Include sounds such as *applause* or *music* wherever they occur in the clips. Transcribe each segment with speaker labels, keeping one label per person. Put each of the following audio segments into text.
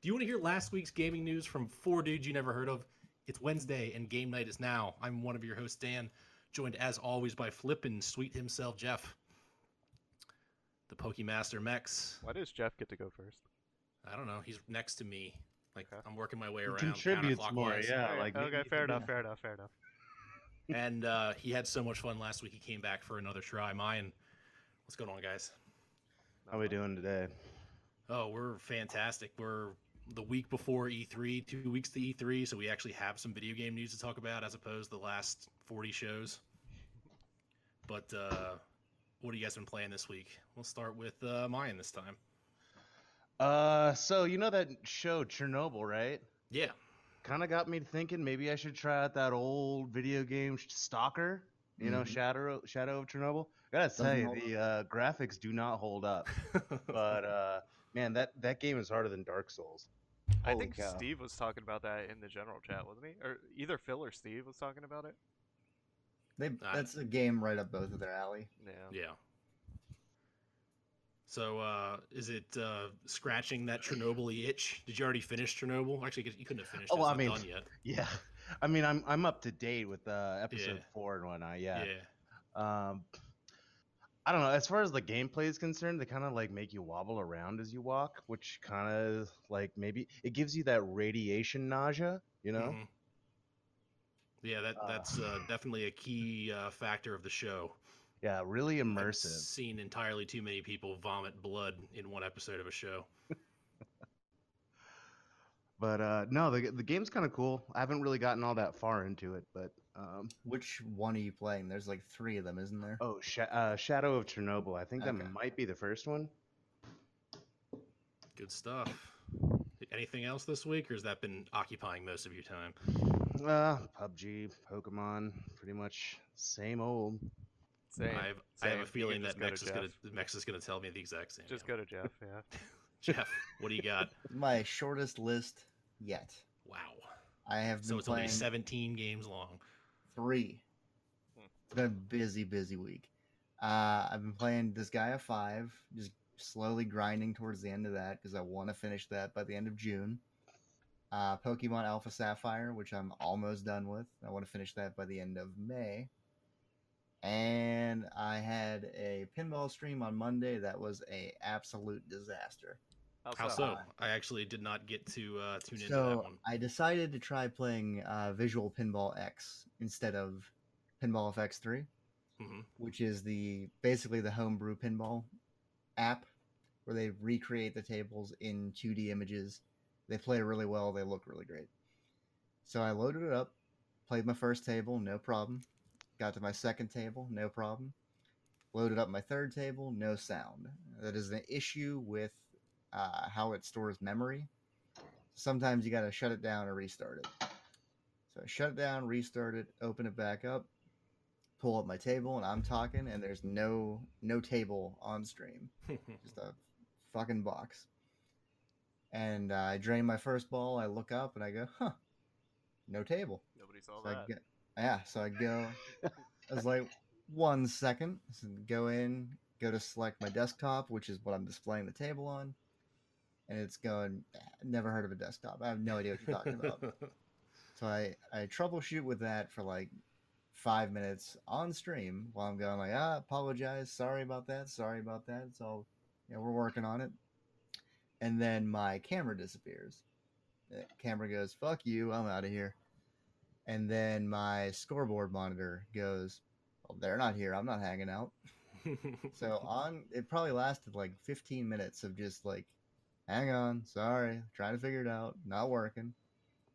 Speaker 1: Do you want to hear last week's gaming news from four dudes you never heard of? It's Wednesday and game night is now. I'm one of your hosts, Dan, joined as always by Flippin' Sweet himself, Jeff, the Pokemaster Mex.
Speaker 2: Why does Jeff get to go first?
Speaker 1: I don't know. He's next to me. Like
Speaker 2: Okay.
Speaker 1: I'm working my way around.
Speaker 3: contributes more,
Speaker 1: counterclockwise.
Speaker 3: yeah.
Speaker 2: Alright,
Speaker 3: Like
Speaker 2: okay,
Speaker 3: maybe-
Speaker 2: fair enough, fair enough, fair enough.
Speaker 1: And uh, he had so much fun last week. He came back for another try. Mine. What's going on, guys?
Speaker 3: How we doing today?
Speaker 1: Oh, we're fantastic. We're the week before E3, two weeks to E3, so we actually have some video game news to talk about as opposed to the last 40 shows. But uh, what have you guys been playing this week? We'll start with uh, mine this time.
Speaker 3: Uh, so you know that show Chernobyl, right?
Speaker 1: Yeah.
Speaker 3: Kind of got me thinking maybe I should try out that old video game sh- Stalker. You know, Shadow Shadow of Chernobyl. I gotta tell you, the uh, graphics do not hold up. *laughs* but *laughs* uh, man, that that game is harder than Dark Souls. *laughs*
Speaker 2: I
Speaker 3: Holy
Speaker 2: think
Speaker 3: cow.
Speaker 2: Steve was talking about that in the general chat, wasn't he? Or either Phil or Steve was talking about it.
Speaker 4: They, that's a game right up both of their alley.
Speaker 3: um,
Speaker 2: Yeah.
Speaker 1: Yeah. So uh, is it uh, scratching that Chernobyl itch? Did you already finish Chernobyl? Actually, you couldn't have finished.
Speaker 3: Oh,
Speaker 1: it. It's
Speaker 3: I
Speaker 1: not
Speaker 3: mean,
Speaker 1: done yet.
Speaker 3: Yeah, I mean, I'm I'm up to date with uh, episode
Speaker 1: Yeah.
Speaker 3: four and whatnot.
Speaker 1: Yeah.
Speaker 3: Um, I don't know. As far as the gameplay is concerned, they kind of like make you wobble around as you walk, which kind of like maybe it gives you that radiation nausea, you know?
Speaker 1: Mhm. Mm-hmm. Yeah, that
Speaker 4: Ah.
Speaker 1: that's uh, definitely a key uh, factor of the show.
Speaker 3: Yeah, really
Speaker 1: I've
Speaker 3: immersive.
Speaker 1: seen entirely too many people vomit blood in one episode of a show.
Speaker 3: But uh, no, the the game's kind of cool. I haven't really gotten all that far into it, but um,
Speaker 4: Which one are you playing? There's like three of them, isn't there?
Speaker 3: oh, Sha uh, Shadow of Chernobyl. I think that
Speaker 4: Okay.
Speaker 3: might be the first one.
Speaker 1: Good stuff. Anything else this week, or has that been occupying most of your time?
Speaker 3: Uh, PUBG, Pokemon, pretty much same old.
Speaker 2: Same.
Speaker 1: I've, I have
Speaker 2: same.
Speaker 1: a
Speaker 2: You
Speaker 1: feeling
Speaker 2: can just
Speaker 1: that
Speaker 2: go to
Speaker 1: Mex is
Speaker 2: Jeff.
Speaker 1: gonna Mex is gonna tell me the exact same.
Speaker 2: Just
Speaker 1: yeah.
Speaker 2: go to Jeff, yeah.
Speaker 1: Jeff, what do you
Speaker 2: *laughs*
Speaker 1: got?
Speaker 4: My shortest list yet.
Speaker 1: Wow.
Speaker 4: I have been
Speaker 1: So it's only
Speaker 4: playing
Speaker 1: 17 games long.
Speaker 4: three.
Speaker 2: Hmm.
Speaker 4: It's been a busy, busy week. Uh, I've been playing this guy a five, just slowly grinding towards the end of that because I want to finish that by the end of June. Uh, Pokemon Alpha Sapphire, which I'm almost done with. I want to finish that by the end of May. And I had a pinball stream on Monday that was a absolute disaster.
Speaker 1: How so? I actually did not get to uh, tune into that one.
Speaker 4: I decided to try playing uh, Visual Pinball X instead of Pinball FX three,
Speaker 1: Mhm.
Speaker 4: which is the basically the homebrew pinball app where they recreate the tables in 2D images. They play really well. They look really great. So I loaded it up, played my first table, no problem. Got to my second table, no problem. Loaded up my third table, no sound. That is an issue with uh, how it stores memory sometimes you got to shut it down and restart it. So I shut it down, restart it, open it back up, pull up my table, and I'm talking, and there's no no table on stream, just a fucking box. And uh, I drain my first ball. I look up and I go, huh, no table.
Speaker 2: Nobody saw
Speaker 4: So I
Speaker 2: that.
Speaker 4: get, yeah, so I go. I was like, one second. So go in, go to select my desktop, which is what I'm displaying the table on. And it's going, never heard of a desktop. I have no idea what you're *laughs* talking
Speaker 1: *laughs*
Speaker 4: about. So I, I troubleshoot with that for like five minutes on stream while I'm going like, ah, apologize, sorry about that, sorry about that. It's all, you know, we're working on it. And then my camera disappears. The camera goes, fuck you, I'm out of here. And then my scoreboard monitor goes, well, they're not here, I'm not hanging out. So on, it probably lasted like 15 minutes of just like, hang on, sorry, trying to figure it out, not working.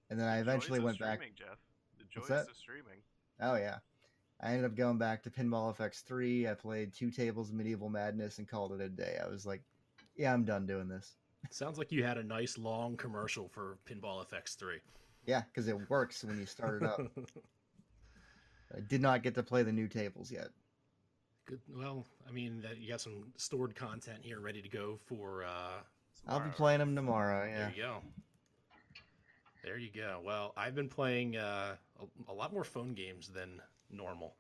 Speaker 4: And then I eventually
Speaker 2: Joys
Speaker 4: went
Speaker 2: of
Speaker 4: back.
Speaker 2: streaming, Jeff. The joys
Speaker 4: that?
Speaker 2: of streaming.
Speaker 4: Oh yeah. I ended up going back to Pinball FX three. I played two tables of Medieval Madness and called it a day. I was like, Yeah, I'm done doing this.
Speaker 1: Sounds like you had a nice long commercial for Pinball FX3.
Speaker 4: Yeah, because it works when you
Speaker 1: *laughs*
Speaker 4: start it up. I did not get to play the new tables yet.
Speaker 1: Good. Well, I mean, that you got some stored content here ready to go for. Uh,
Speaker 4: I'll be
Speaker 2: Tomorrow.
Speaker 4: playing them tomorrow.
Speaker 1: There
Speaker 4: Yeah.
Speaker 1: you go. There you go. Well, I've been playing uh, a, a lot more phone games than normal.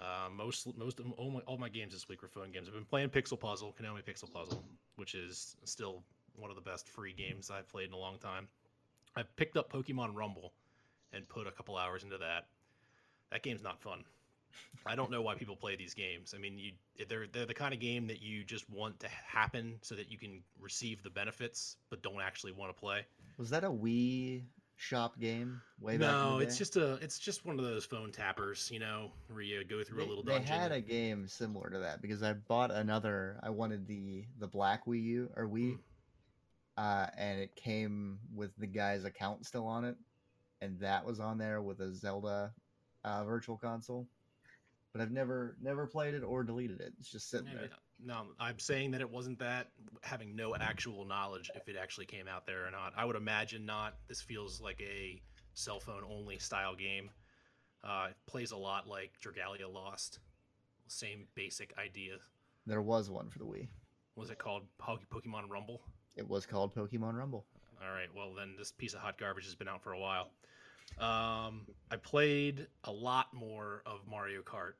Speaker 1: Uh, most most of all my, all my games this week were phone games. I've been playing Pixel Puzzle, Konami Pixel Puzzle, which is still one of the best free games I've played in a long time. I picked up Pokemon Rumble and put a couple hours into that. That game's not fun. I don't know why people play these games. I mean, you they're they're the kind of game that you just want to happen so that you can receive the benefits, but don't actually want to play.
Speaker 4: Was that a Wii shop game? Way back. in
Speaker 1: no,
Speaker 4: the
Speaker 1: it's
Speaker 4: day?
Speaker 1: just a it's just one of those phone tappers, you know, where you go through
Speaker 4: They,
Speaker 1: a little
Speaker 4: they
Speaker 1: dungeon.
Speaker 4: had a game similar to that because I bought another. I wanted the the black Wii U or Wii,
Speaker 1: Mm.
Speaker 4: uh, and it came with the guy's account still on it, and that was on there with a Zelda uh, Virtual Console. But I've never never played it or deleted it. It's just sitting
Speaker 1: Yeah,
Speaker 4: there.
Speaker 1: No, I'm saying that it wasn't that, having no actual knowledge if it actually came out there or not. I would imagine not. This feels like a cell phone only style game. Uh, it plays a lot like Dragalia Lost. Same basic idea.
Speaker 4: There was one for the Wii.
Speaker 1: Was it called Pog- Pokemon Rumble?
Speaker 4: It was called Pokemon Rumble.
Speaker 1: All right. Well, then this piece of hot garbage has been out for a while. Um, I played a lot more of Mario Kart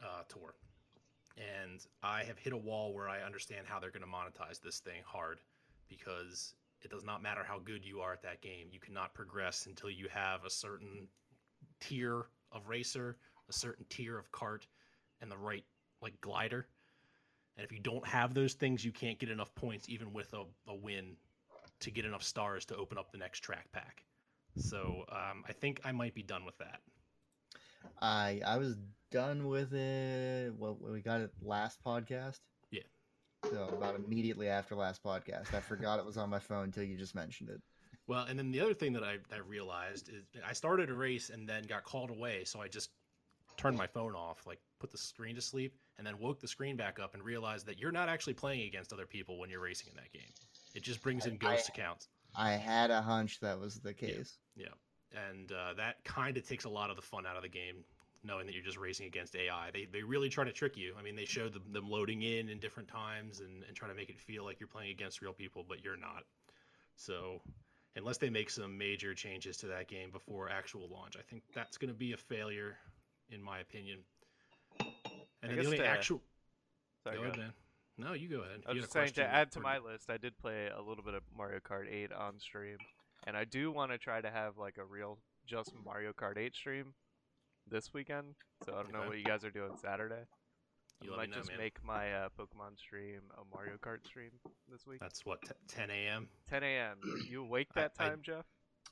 Speaker 1: uh, Tour, and I have hit a wall where I understand how they're going to monetize this thing hard because it does not matter how good you are at that game. You cannot progress until you have a certain tier of racer, a certain tier of cart, and the right like glider. And if you don't have those things, you can't get enough points even with a, a win to get enough stars to open up the next track pack. So um, I think I might be done with that.
Speaker 4: I I was done with it. Well, we got it last podcast.
Speaker 1: Yeah.
Speaker 4: So about immediately after last podcast, I forgot it was on my phone until you just mentioned it.
Speaker 1: Well, and then the other thing that I, I realized is I started a race and then got called away, so I just turned my phone off, like put the screen to sleep, and then woke the screen back up and realized that you're not actually playing against other people when you're racing in that game. It just brings in
Speaker 4: I-
Speaker 1: ghost accounts,
Speaker 4: I had a hunch that was the case.
Speaker 1: and uh, that kind of takes a lot of the fun out of the game, knowing that you're just racing against AI. They, they really try to trick you. I mean, they show them, them loading in in different times and, and try to make it feel like you're playing against real people, but you're not. So, unless they make some major changes to that game before actual launch, I think that's going to be a failure, in my opinion. And
Speaker 2: I
Speaker 1: then the
Speaker 2: guess
Speaker 1: only
Speaker 2: to-
Speaker 1: actual.
Speaker 2: Sorry,
Speaker 1: go
Speaker 2: go
Speaker 1: ahead,
Speaker 2: ahead.
Speaker 1: man. No, you go ahead.
Speaker 2: I
Speaker 1: You had
Speaker 2: was
Speaker 1: a
Speaker 2: just saying to
Speaker 1: question
Speaker 2: add to
Speaker 1: or-
Speaker 2: my list, I did play a little bit of Mario Kart 8 on stream, and I do want to try to have like a real just Mario Kart 8 stream this weekend. So I don't know
Speaker 1: Okay.
Speaker 2: what you guys are doing Saturday.
Speaker 1: You let me
Speaker 2: I might
Speaker 1: know,
Speaker 2: just
Speaker 1: man.
Speaker 2: make my uh, Pokemon stream a Mario Kart stream this week.
Speaker 1: That's what, t- 10 a.m.?
Speaker 2: 10 a.m. You awake
Speaker 1: I-
Speaker 2: that
Speaker 1: I-
Speaker 2: time, Jeff?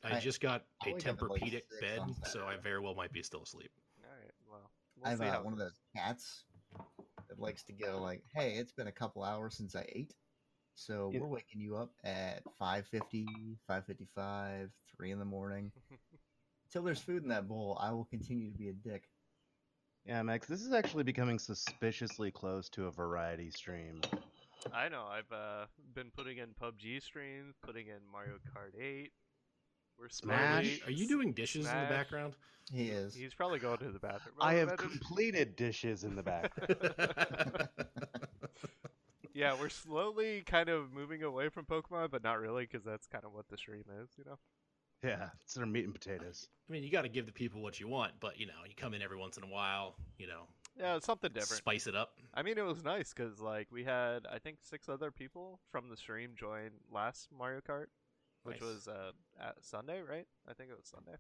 Speaker 1: I,
Speaker 4: I-
Speaker 1: just got
Speaker 4: I
Speaker 1: a
Speaker 4: wake up at like
Speaker 1: Tempur-Pedic
Speaker 4: six
Speaker 1: bed,
Speaker 4: on
Speaker 1: so I very well might be still asleep.
Speaker 2: All right. Well,
Speaker 4: I
Speaker 2: we'll
Speaker 4: have
Speaker 2: see
Speaker 4: uh,
Speaker 2: how.
Speaker 4: one of those cats that likes to go like, "Hey, it's been a couple hours since I ate, so
Speaker 3: Yeah.
Speaker 4: we're waking you up at 5.50, 5.55, 3 in
Speaker 2: *laughs*
Speaker 4: the morning. Till there's food in that bowl, I will continue to be a dick."
Speaker 3: Yeah, Max, this is actually becoming suspiciously close to a variety stream.
Speaker 2: I know. I've uh, been putting in PUBG streams, putting in Mario Kart 8. We're
Speaker 1: Are
Speaker 3: Smash.
Speaker 1: you,
Speaker 2: slowly-
Speaker 1: are you doing dishes in the
Speaker 2: Smash.
Speaker 1: background?
Speaker 4: He is.
Speaker 2: He's probably going to the bathroom.
Speaker 3: I
Speaker 2: Oh,
Speaker 3: have
Speaker 2: that is-
Speaker 3: completed dishes in the back.
Speaker 2: *laughs*
Speaker 1: *laughs*
Speaker 2: Yeah, we're slowly kind of moving away from Pokemon, but not really, because that's kind of what the stream is, you know.
Speaker 3: *laughs* yeah, it's their meat and
Speaker 4: *laughs*
Speaker 3: potatoes.
Speaker 1: I mean, you got to give the people what you want, but you know, you come in every once in a while, you know,
Speaker 2: Yeah, it's something different.
Speaker 1: spice it up.
Speaker 2: I mean, it was nice because like we had, I think, six other people from the stream join last Mario Kart, which
Speaker 1: Nice.
Speaker 2: was uh, at Sunday, right? I think it was Sunday.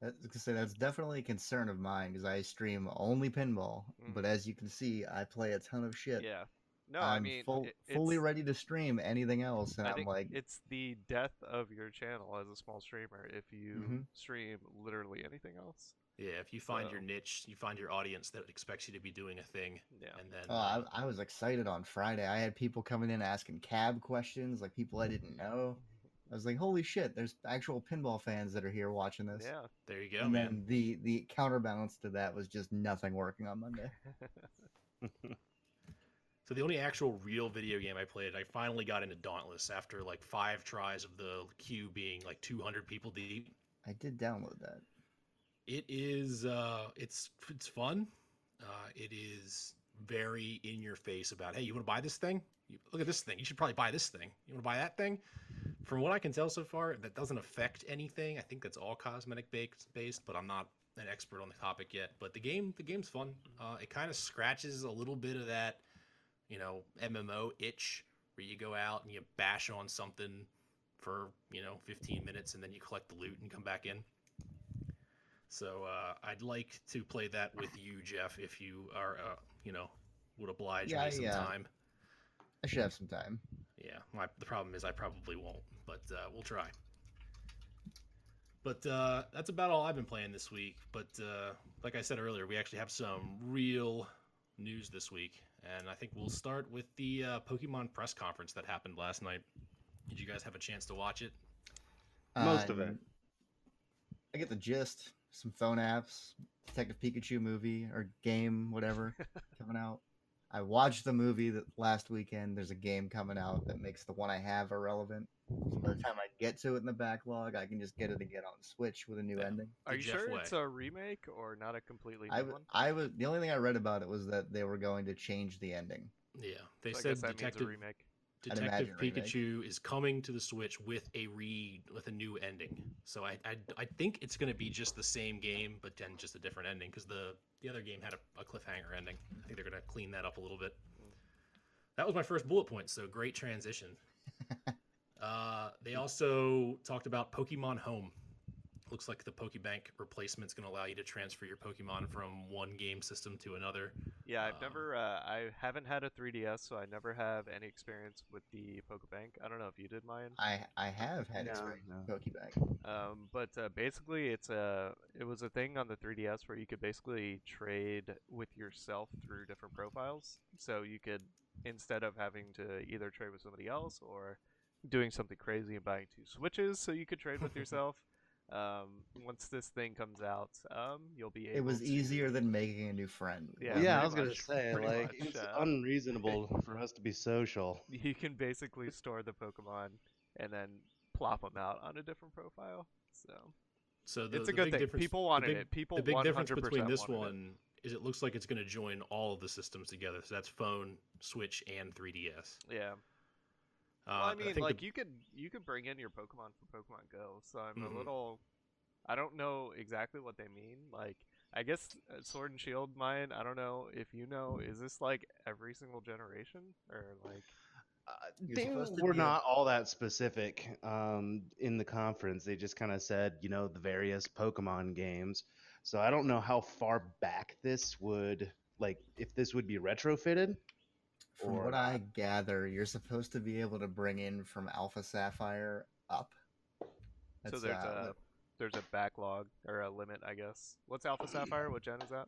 Speaker 4: That's, I was gonna say, that's definitely a concern of mine because I stream only pinball, but as you can see, I play a ton of shit.
Speaker 2: Mm-hmm. Yeah. No,
Speaker 4: I'm
Speaker 2: I mean,
Speaker 4: full,
Speaker 2: it-
Speaker 4: fully
Speaker 2: it's-
Speaker 4: ready to stream anything else, and
Speaker 2: I
Speaker 4: I'm
Speaker 2: think
Speaker 4: like,
Speaker 2: it's the death of your channel as a small streamer if you
Speaker 4: Mhm.
Speaker 2: stream literally anything else.
Speaker 1: Yeah, if you find your
Speaker 2: So-
Speaker 1: niche, you find your audience that expects you to be doing a thing,
Speaker 2: Yeah.
Speaker 1: and then
Speaker 4: oh, I, I was excited on Friday. I had people coming in asking cab questions, like people I didn't know. I was like, holy shit, there's actual pinball fans that are here watching this.
Speaker 2: Yeah. *laughs*
Speaker 1: there you go,
Speaker 4: and
Speaker 1: man.
Speaker 4: then the the counterbalance to that was just nothing working on Monday.
Speaker 1: So the only actual real video game I played, I finally got into Dauntless after like five tries of the queue being like 200 people deep.
Speaker 4: I did download that.
Speaker 1: It is. Uh, it's it's fun. Uh, it is very in your face about. Hey, you want to buy this thing? You, look at this thing. You should probably buy this thing. You want to buy that thing? From what I can tell so far, that doesn't affect anything. I think that's all cosmetic baked based, but I'm not an expert on the topic yet. But the game, the game's fun. Uh, it kind of scratches a little bit of that, you know, MMO itch. where where you go out and you bash on something for you know 15 minutes and then you collect the loot and come back in. So uh, I'd like to play that with you, Jeff, if you are uh, you know would oblige
Speaker 4: Yeah,
Speaker 1: me some
Speaker 4: yeah.
Speaker 1: time.
Speaker 4: I should have some time.
Speaker 1: Yeah, my, the problem is I probably won't, but uh, we'll try. But uh, that's about all I've been playing this week. But uh, like I said earlier, we actually have some real news this week, and I think we'll start with the uh, Pokemon press conference that happened last night. Did you guys have a chance to watch it?
Speaker 3: Most of it.
Speaker 4: Um, I get the gist. Some phone apps, Detective Pikachu movie or
Speaker 3: *laughs*
Speaker 4: game, whatever, coming out. I watched the movie that last weekend. There's a game coming out that makes the one I have irrelevant. So
Speaker 3: Hmm.
Speaker 4: by the time I get to it in the backlog, I can just get it again on Switch with a new
Speaker 1: Yeah.
Speaker 4: ending.
Speaker 2: Are
Speaker 1: The
Speaker 2: you
Speaker 1: Jeff
Speaker 2: sure
Speaker 1: way.
Speaker 2: it's a remake or not a completely new
Speaker 4: I w-
Speaker 2: one?
Speaker 4: I was the only thing I read about it was that they were going to change the ending.
Speaker 1: Yeah, they
Speaker 2: So I
Speaker 1: said
Speaker 2: guess that
Speaker 1: Detective
Speaker 2: means a remake.
Speaker 4: I'd
Speaker 1: Detective
Speaker 4: imagine remake.
Speaker 1: Pikachu is coming to the Switch with a re with a new ending. So I I, I think it's going to be just the same game, but then just a different ending because the the other game had a, a cliffhanger ending. I think they're going to clean that up a little bit. That was my first bullet point, so great transition. uh, they also talked about Pokemon Home. Looks like the Pokebank replacement's going to allow you to transfer your Pokemon from one game system to another.
Speaker 2: Yeah, I've
Speaker 1: Um,
Speaker 2: never, uh, I haven't had a 3DS, so I never have any experience with the Pokebank. I don't know if you did mine,
Speaker 4: I I have had
Speaker 3: No,
Speaker 4: experience with
Speaker 3: no.
Speaker 4: Pokebag.
Speaker 2: um, but uh, basically, it's a, it was a thing on the 3DS where you could basically trade with yourself through different profiles. So you could, instead of having to either trade with somebody else or doing something crazy and buying two Switches, so you could trade
Speaker 4: *laughs*
Speaker 2: with yourself. Um, once this thing comes out, um, you'll be able.
Speaker 4: It was
Speaker 2: to-
Speaker 4: easier than making a new friend.
Speaker 2: Yeah,
Speaker 3: Yeah, I
Speaker 2: pretty
Speaker 3: was gonna
Speaker 2: much-
Speaker 3: say
Speaker 2: pretty
Speaker 3: like
Speaker 2: much,
Speaker 3: it's
Speaker 2: uh,
Speaker 3: unreasonable for us to be social.
Speaker 2: you can basically store the Pokemon and then plop them out on a different profile. So
Speaker 1: So the,
Speaker 2: it's a
Speaker 1: the
Speaker 2: good
Speaker 1: big
Speaker 2: thing.
Speaker 1: difference-
Speaker 2: People
Speaker 1: the
Speaker 2: wanted
Speaker 1: big-
Speaker 2: it. People
Speaker 1: the big difference
Speaker 2: 100%
Speaker 1: between this
Speaker 2: wanted it.
Speaker 1: one is it looks like it's going to join all of the systems together. So that's phone, Switch, and 3DS.
Speaker 2: Yeah.
Speaker 1: Uh,
Speaker 2: Well, I mean,
Speaker 1: think
Speaker 2: like
Speaker 1: the-
Speaker 2: you could you could bring in your Pokemon from Pokemon Go. So I'm
Speaker 1: Mhm.
Speaker 2: a little. I don't know exactly what they mean. Like I guess uh, Sword and Shield, mine. I don't know if you know. Is this like every single generation or like?
Speaker 3: Uh,
Speaker 4: You're
Speaker 3: they
Speaker 4: supposed to
Speaker 3: were
Speaker 4: be a-
Speaker 3: not all that specific um, in the conference. They just kind of said, you know, the various Pokemon games. So I don't know how far back this would, like, if this would be retrofitted.
Speaker 4: From
Speaker 3: or
Speaker 4: what
Speaker 3: not.
Speaker 4: I gather, you're supposed to be able to bring in from Alpha Sapphire up.
Speaker 2: So
Speaker 4: That's,
Speaker 2: there's
Speaker 4: uh,
Speaker 2: a there's a backlog or a limit, I guess. What's Alpha Sapphire? What gen is that?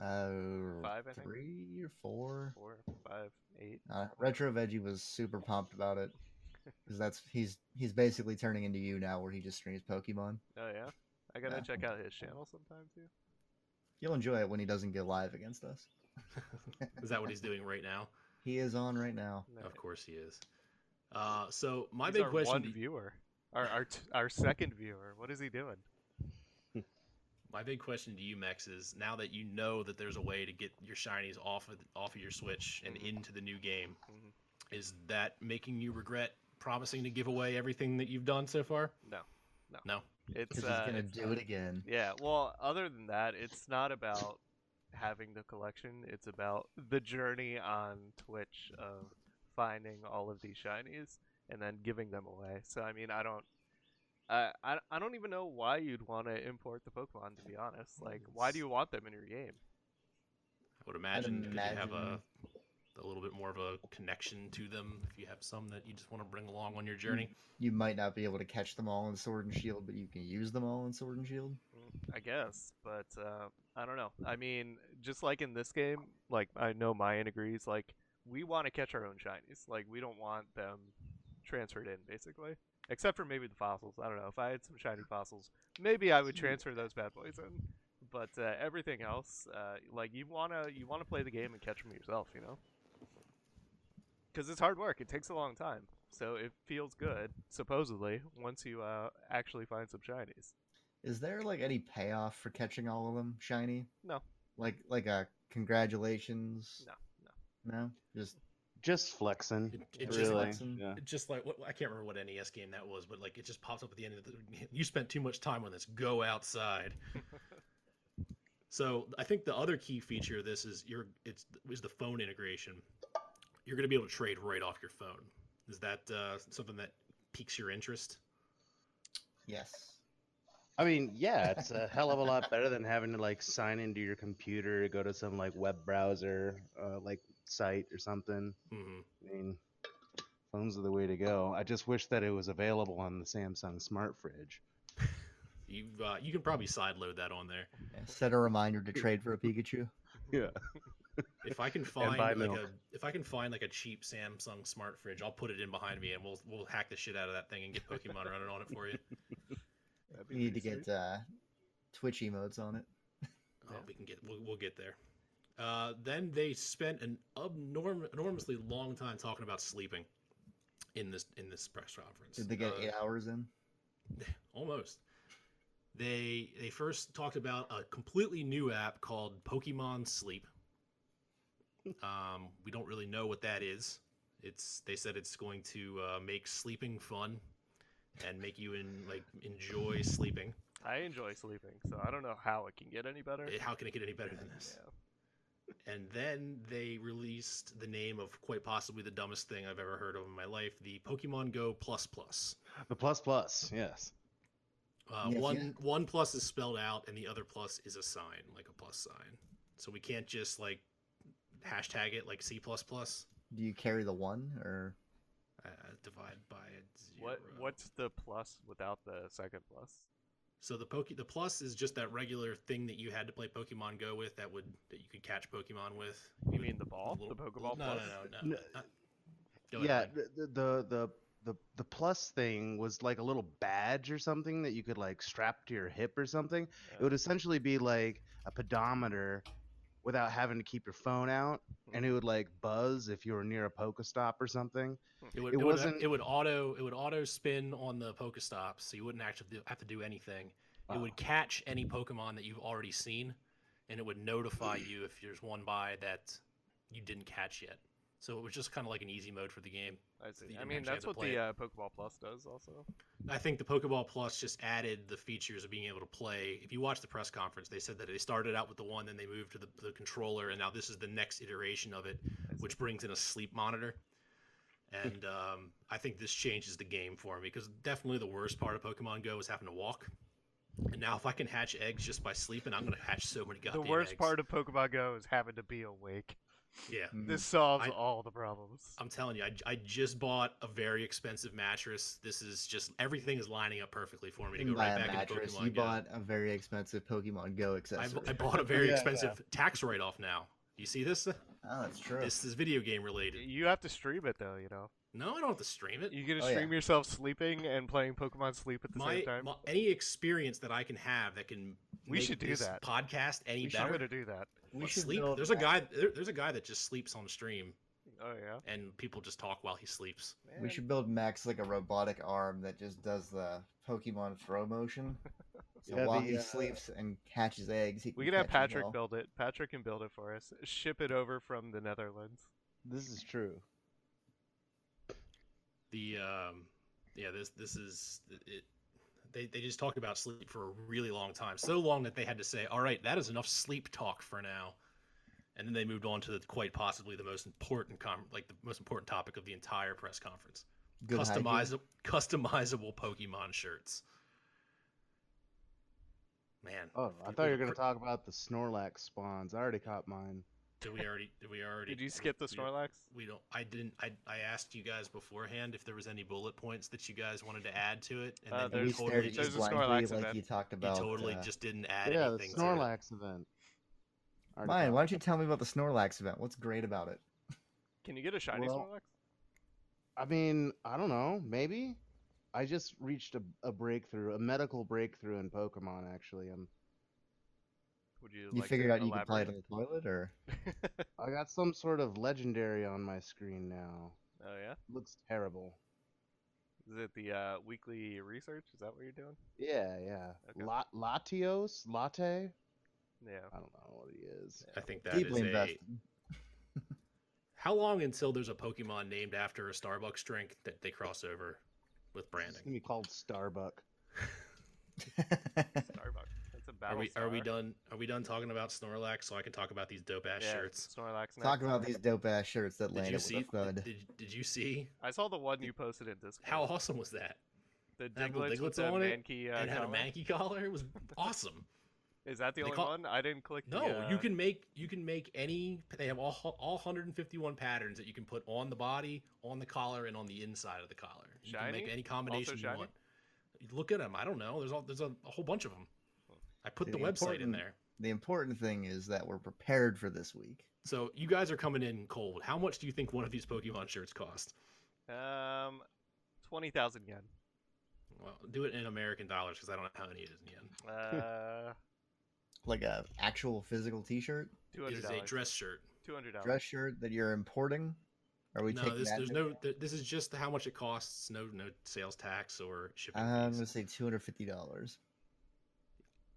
Speaker 4: uh,
Speaker 2: five, I think.
Speaker 4: three or four.
Speaker 2: Four, five, eight.
Speaker 4: Uh, Retro Veggie was super pumped
Speaker 2: *laughs*
Speaker 4: about it because that's he's he's basically turning into you now, where he just streams Pokemon.
Speaker 2: Oh yeah, I gotta
Speaker 4: Yeah.
Speaker 2: check out his channel sometime too.
Speaker 4: You'll enjoy it when he doesn't go live against us.
Speaker 1: *laughs* is that what he's doing right
Speaker 2: *laughs*
Speaker 1: now?
Speaker 4: *laughs* He is on right now.
Speaker 1: Of course he is. Uh, so my
Speaker 2: He's
Speaker 1: big
Speaker 2: our
Speaker 1: question,
Speaker 2: One
Speaker 1: to,
Speaker 2: viewer, our our, t- our second viewer. What is he doing?
Speaker 1: my big question to you, Max, is now that you know that there's a way to get your shinies off of, off of your Switch and
Speaker 2: Mhm.
Speaker 1: into the new game,
Speaker 2: Mhm.
Speaker 1: is that making you regret promising to give away everything that you've done so far?
Speaker 2: No, no.
Speaker 1: no.
Speaker 2: It's
Speaker 4: Because
Speaker 2: uh,
Speaker 4: he's gonna
Speaker 2: it's
Speaker 4: do
Speaker 2: not-
Speaker 4: it again.
Speaker 2: Yeah. Well, other than that, it's not about having the collection. It's about the journey on Twitch of finding all of these shinies and then giving them away. So I mean, I don't. I, I, I don't even know why you'd want to import the Pokemon to be honest. Like, why do you want them in your game?
Speaker 1: I would imagine, 'cause you have a
Speaker 4: imagine-
Speaker 1: a little bit more of a connection to them if you have some that you just want to bring along on your journey.
Speaker 4: You might not be able to catch them all in Sword and Shield, but you can use them all in Sword and Shield.
Speaker 2: Mm, I guess, but uh, I don't know. I mean, just like in this game, like I know Mayan agrees. Like we want to catch our own shinies. Like we don't want them transferred in, basically. Except for maybe the fossils. I don't know. If I had some shiny fossils, maybe I would transfer those bad boys in. But uh, everything else, uh, like you wanna you wanna play the game and catch them yourself, you know. Because it's hard work. It takes a long time. So it feels good, supposedly, once you uh, actually find some shinies.
Speaker 4: Is there like any payoff for catching all of them shiny?
Speaker 2: No.
Speaker 4: Like like a congratulations.
Speaker 2: No,
Speaker 4: No. No. Just
Speaker 3: Just flexing.
Speaker 1: It, it
Speaker 3: really.
Speaker 1: just like,
Speaker 4: flexing.
Speaker 3: Yeah.
Speaker 1: it just like what I can't remember what NES game that was, but like it just pops up at the end of the. *laughs* You spent too much time on this. Go outside. so I think the other key feature of this is your it's is the phone integration. you're going to be able to trade right off your phone. Is that uh, something that piques your interest?
Speaker 4: Yes.
Speaker 3: I mean, yeah, it's a hell of a lot better than having to like sign into your computer, go to some like web browser, uh, like site or something.
Speaker 1: hmm
Speaker 3: I mean, phones are the way to go. I just wish that it was available on the Samsung smart fridge.
Speaker 1: You uh, you can probably sideload that on there.
Speaker 4: Yeah, Set a reminder to trade for a Pikachu.
Speaker 3: Yeah.
Speaker 1: If
Speaker 3: *laughs*
Speaker 1: I can find
Speaker 3: buy
Speaker 1: like a
Speaker 3: milk.
Speaker 1: if I can find like a cheap Samsung smart fridge, I'll put it in behind me and we'll we'll hack the shit out of that thing and get Pokemon running on it for
Speaker 4: *laughs*
Speaker 1: you.
Speaker 2: That'd be
Speaker 4: You need to
Speaker 2: pretty
Speaker 4: get
Speaker 2: sweet.
Speaker 4: uh, Twitch emotes on it.
Speaker 1: Oh, we can get we'll, we'll get there. Uh, then they spent an abnorm- enormously long time talking about sleeping in this in this press conference.
Speaker 4: Did they get
Speaker 1: Uh,
Speaker 4: eight hours in?
Speaker 1: almost. They they first talked about a completely new app called Pokemon Sleep. Um, we don't really know what that is. It's they said it's going to uh, make sleeping fun and make you in like enjoy sleeping.
Speaker 2: I enjoy sleeping, so I don't know how it can get any better.
Speaker 1: Eh, How can it get any better than this?
Speaker 2: Yeah.
Speaker 1: And then they released the name of quite possibly the dumbest thing I've ever heard of in my life, the Pokemon Go Plus Plus.
Speaker 3: The plus plus, yes.
Speaker 1: Uh,
Speaker 4: Yes,
Speaker 1: one
Speaker 4: yeah.
Speaker 1: one plus is spelled out, and the other plus is a sign, like a plus sign. So we can't just like hashtag it like C plus plus
Speaker 4: Do you carry the one or
Speaker 1: uh, divide by a zero.
Speaker 2: What What's the plus without the second plus?
Speaker 1: So the poke the plus is just that regular thing that you had to play Pokemon Go with that would that you could catch Pokemon with.
Speaker 2: You
Speaker 1: with
Speaker 2: mean the ball,
Speaker 1: little-
Speaker 2: the Pokeball
Speaker 1: No, no,
Speaker 2: plus?
Speaker 1: no, no.
Speaker 3: No.
Speaker 1: not- Go
Speaker 3: yeah,
Speaker 1: ahead, Mike.
Speaker 3: the, the the the the plus thing was like a little badge or something that you could like strap to your hip or something. It would essentially be like a pedometer without having to keep your phone out, and it would like buzz if you were near a Pokestop or something.
Speaker 1: It would,
Speaker 3: it
Speaker 1: it, would,
Speaker 3: wasn't-
Speaker 1: it would auto it would auto spin on the Pokestop, so you wouldn't actually do- have to do anything. It
Speaker 3: Wow.
Speaker 1: would catch any Pokemon that you've already seen, and it would notify you if there's one by that you didn't catch yet. So it was just kind of like an easy mode for the game.
Speaker 2: I see.
Speaker 1: you
Speaker 2: I
Speaker 1: didn't
Speaker 2: mean,
Speaker 1: actually have
Speaker 2: that's
Speaker 1: to
Speaker 2: what
Speaker 1: play
Speaker 2: the
Speaker 1: it.
Speaker 2: uh, Pokeball Plus does, also.
Speaker 1: I think the Pokeball Plus just added the features of being able to play. If you watch the press conference, they said that they started out with the one, then they moved to the, the controller, and now this is the next iteration of it, which brings in a sleep monitor. And um, I think this changes the game for me because definitely the worst part of Pokemon Go is having to walk. And now if I can hatch eggs just by sleeping, I'm going to hatch so many
Speaker 2: the
Speaker 1: goddamn
Speaker 2: worst
Speaker 1: eggs.
Speaker 2: part of Pokemon Go is having to be awake.
Speaker 1: yeah.
Speaker 4: Mm. Mm-hmm.
Speaker 2: This solves
Speaker 1: I-
Speaker 2: all the problems.
Speaker 1: I'm telling you, I, I just bought a very expensive mattress. This is just everything is lining up perfectly for me to
Speaker 4: didn't
Speaker 1: go right
Speaker 4: buy a
Speaker 1: back
Speaker 4: mattress?
Speaker 1: into Pokemon
Speaker 4: You
Speaker 1: Go.
Speaker 4: bought a very expensive Pokemon Go
Speaker 1: I,
Speaker 4: accessory.
Speaker 1: I bought a very
Speaker 2: *laughs*
Speaker 3: Yeah,
Speaker 1: expensive tax write-off now. You see this?
Speaker 4: Oh, that's true.
Speaker 1: This is video game related.
Speaker 2: You have to stream it though, you know.
Speaker 1: No, I don't have to stream it.
Speaker 2: You get to
Speaker 4: Oh, yeah.
Speaker 2: stream yourself sleeping and playing Pokemon Sleep at the
Speaker 1: My,
Speaker 2: same time.
Speaker 1: my- any experience that I can have that can
Speaker 2: We
Speaker 1: make
Speaker 2: should do
Speaker 1: this
Speaker 2: that.
Speaker 1: podcast any
Speaker 2: we should
Speaker 1: better.
Speaker 2: to do that.
Speaker 4: we
Speaker 1: What,
Speaker 4: should
Speaker 1: sleep.
Speaker 4: build
Speaker 1: There's a
Speaker 4: that.
Speaker 1: guy. There, there's a guy that just sleeps on stream,
Speaker 2: Oh yeah.
Speaker 1: and people just talk while he sleeps.
Speaker 4: We should build Max like a robotic arm that just does the Pokemon throw motion.
Speaker 2: *laughs*
Speaker 4: So
Speaker 3: Yeah,
Speaker 4: while
Speaker 3: the,
Speaker 4: he
Speaker 3: uh,
Speaker 4: sleeps and catches eggs, he can
Speaker 2: We could have
Speaker 4: catch 'em
Speaker 2: Patrick
Speaker 4: all.
Speaker 2: build it. Patrick can build it for us. Ship it over from the Netherlands.
Speaker 3: This is true.
Speaker 1: The um, yeah, this this is it. They, they just talked about sleep for a really long time, so long that they had to say, "All right, that is enough sleep talk for now." And then they moved on to the, quite possibly the most important, com- like the most important topic of the entire press conference:
Speaker 4: Good hygiene.
Speaker 1: customizable, customizable Pokemon shirts. Man,
Speaker 3: Oh, I
Speaker 1: It
Speaker 3: thought
Speaker 1: was
Speaker 3: you were
Speaker 1: a
Speaker 3: gonna
Speaker 1: pr-
Speaker 3: talk about the Snorlax spawns. I already caught mine.
Speaker 1: did we already? Did we already?
Speaker 2: Did you skip the
Speaker 1: we-
Speaker 2: Snorlax?
Speaker 1: We don't. I didn't. I, I asked you guys beforehand if there was any bullet points that you guys wanted to add to it, and
Speaker 2: Uh,
Speaker 1: then you
Speaker 4: And we
Speaker 2: there's-
Speaker 4: stared
Speaker 1: totally
Speaker 4: at
Speaker 2: there's
Speaker 4: you
Speaker 1: just,
Speaker 2: a
Speaker 4: blindly
Speaker 2: Snorlax
Speaker 4: like
Speaker 2: event.
Speaker 4: you talked
Speaker 1: you
Speaker 4: about.
Speaker 1: totally
Speaker 4: uh,
Speaker 1: just didn't add
Speaker 3: yeah, the
Speaker 1: anything. to it.
Speaker 3: Snorlax event. I already
Speaker 4: Ryan,
Speaker 3: caught
Speaker 4: why don't you tell me about the Snorlax event? What's great about it?
Speaker 2: Can you get a shiny
Speaker 3: Well,
Speaker 2: Snorlax?
Speaker 3: I mean, I don't know. Maybe I just reached a, a breakthrough, a medical breakthrough in Pokemon. Actually, i
Speaker 2: Would you?
Speaker 4: You
Speaker 2: like
Speaker 4: figured
Speaker 2: to
Speaker 4: out you could play it on
Speaker 2: elaborate?
Speaker 4: the toilet, or
Speaker 3: I got some sort of legendary on my screen now.
Speaker 2: *laughs* Oh yeah.
Speaker 3: Looks terrible.
Speaker 2: Is it the uh, weekly research? Is that what you're doing?
Speaker 3: Yeah, yeah.
Speaker 2: Okay.
Speaker 3: La- Latios, latte.
Speaker 2: Yeah.
Speaker 3: I don't know what he is.
Speaker 1: I think that is
Speaker 4: deeply
Speaker 1: a.
Speaker 4: invested.
Speaker 1: How long until there's a Pokemon named after a Starbucks drink that they cross over with
Speaker 3: It's gonna
Speaker 1: branding?
Speaker 3: be called Starbuck.
Speaker 2: Starbucks. That's a
Speaker 1: Are we are we done? Are we done talking about Snorlax? So I can talk about these dope ass
Speaker 2: Yeah,
Speaker 1: shirts.
Speaker 2: Snorlax. Next.
Speaker 4: *laughs* Talk about these dope ass shirts that
Speaker 1: Did
Speaker 4: landed
Speaker 1: you
Speaker 4: with
Speaker 1: see?
Speaker 4: a thud.
Speaker 1: Did, did you see?
Speaker 2: I saw the one you posted in Discord.
Speaker 1: How awesome was that?
Speaker 2: the
Speaker 1: had little
Speaker 2: Diglets, with
Speaker 1: Diglets
Speaker 2: the
Speaker 1: on it,
Speaker 2: Mankey, uh,
Speaker 1: It had a
Speaker 2: collar?
Speaker 1: manky collar. It was awesome.
Speaker 2: Is that the
Speaker 1: they
Speaker 2: only
Speaker 1: call-
Speaker 2: one? I didn't click. the,
Speaker 1: No, you
Speaker 2: uh,
Speaker 1: can make you can make any. They have all all 151 patterns that you can put on the body, on the collar, and on the inside of the collar. You can
Speaker 2: Shiny?
Speaker 1: make any combination you
Speaker 2: shiny?
Speaker 1: want. Look at them. I don't know. There's all there's a, a whole bunch of them. I put the,
Speaker 4: The
Speaker 1: website in
Speaker 4: important-
Speaker 1: there.
Speaker 4: The important thing is that we're prepared for this week.
Speaker 1: So you guys are coming in cold. How much do you think one of these Pokemon shirts cost?
Speaker 2: Um, twenty thousand yen.
Speaker 1: Well, do it in American dollars because I don't know how many it is in yen.
Speaker 4: *laughs*
Speaker 2: Uh,
Speaker 4: Like a actual physical T-shirt,
Speaker 2: two
Speaker 1: It
Speaker 2: hundred
Speaker 1: is a
Speaker 2: dollars.
Speaker 1: dress shirt.
Speaker 2: Two hundred dollars.
Speaker 4: dress shirt that you're importing. Are we
Speaker 1: no,
Speaker 4: taking
Speaker 1: this,
Speaker 4: that?
Speaker 1: there's
Speaker 4: into
Speaker 1: no. th- This is just how much it costs. No, no sales tax or shipping.
Speaker 4: I'm
Speaker 1: fees.
Speaker 4: gonna say two hundred fifty dollars.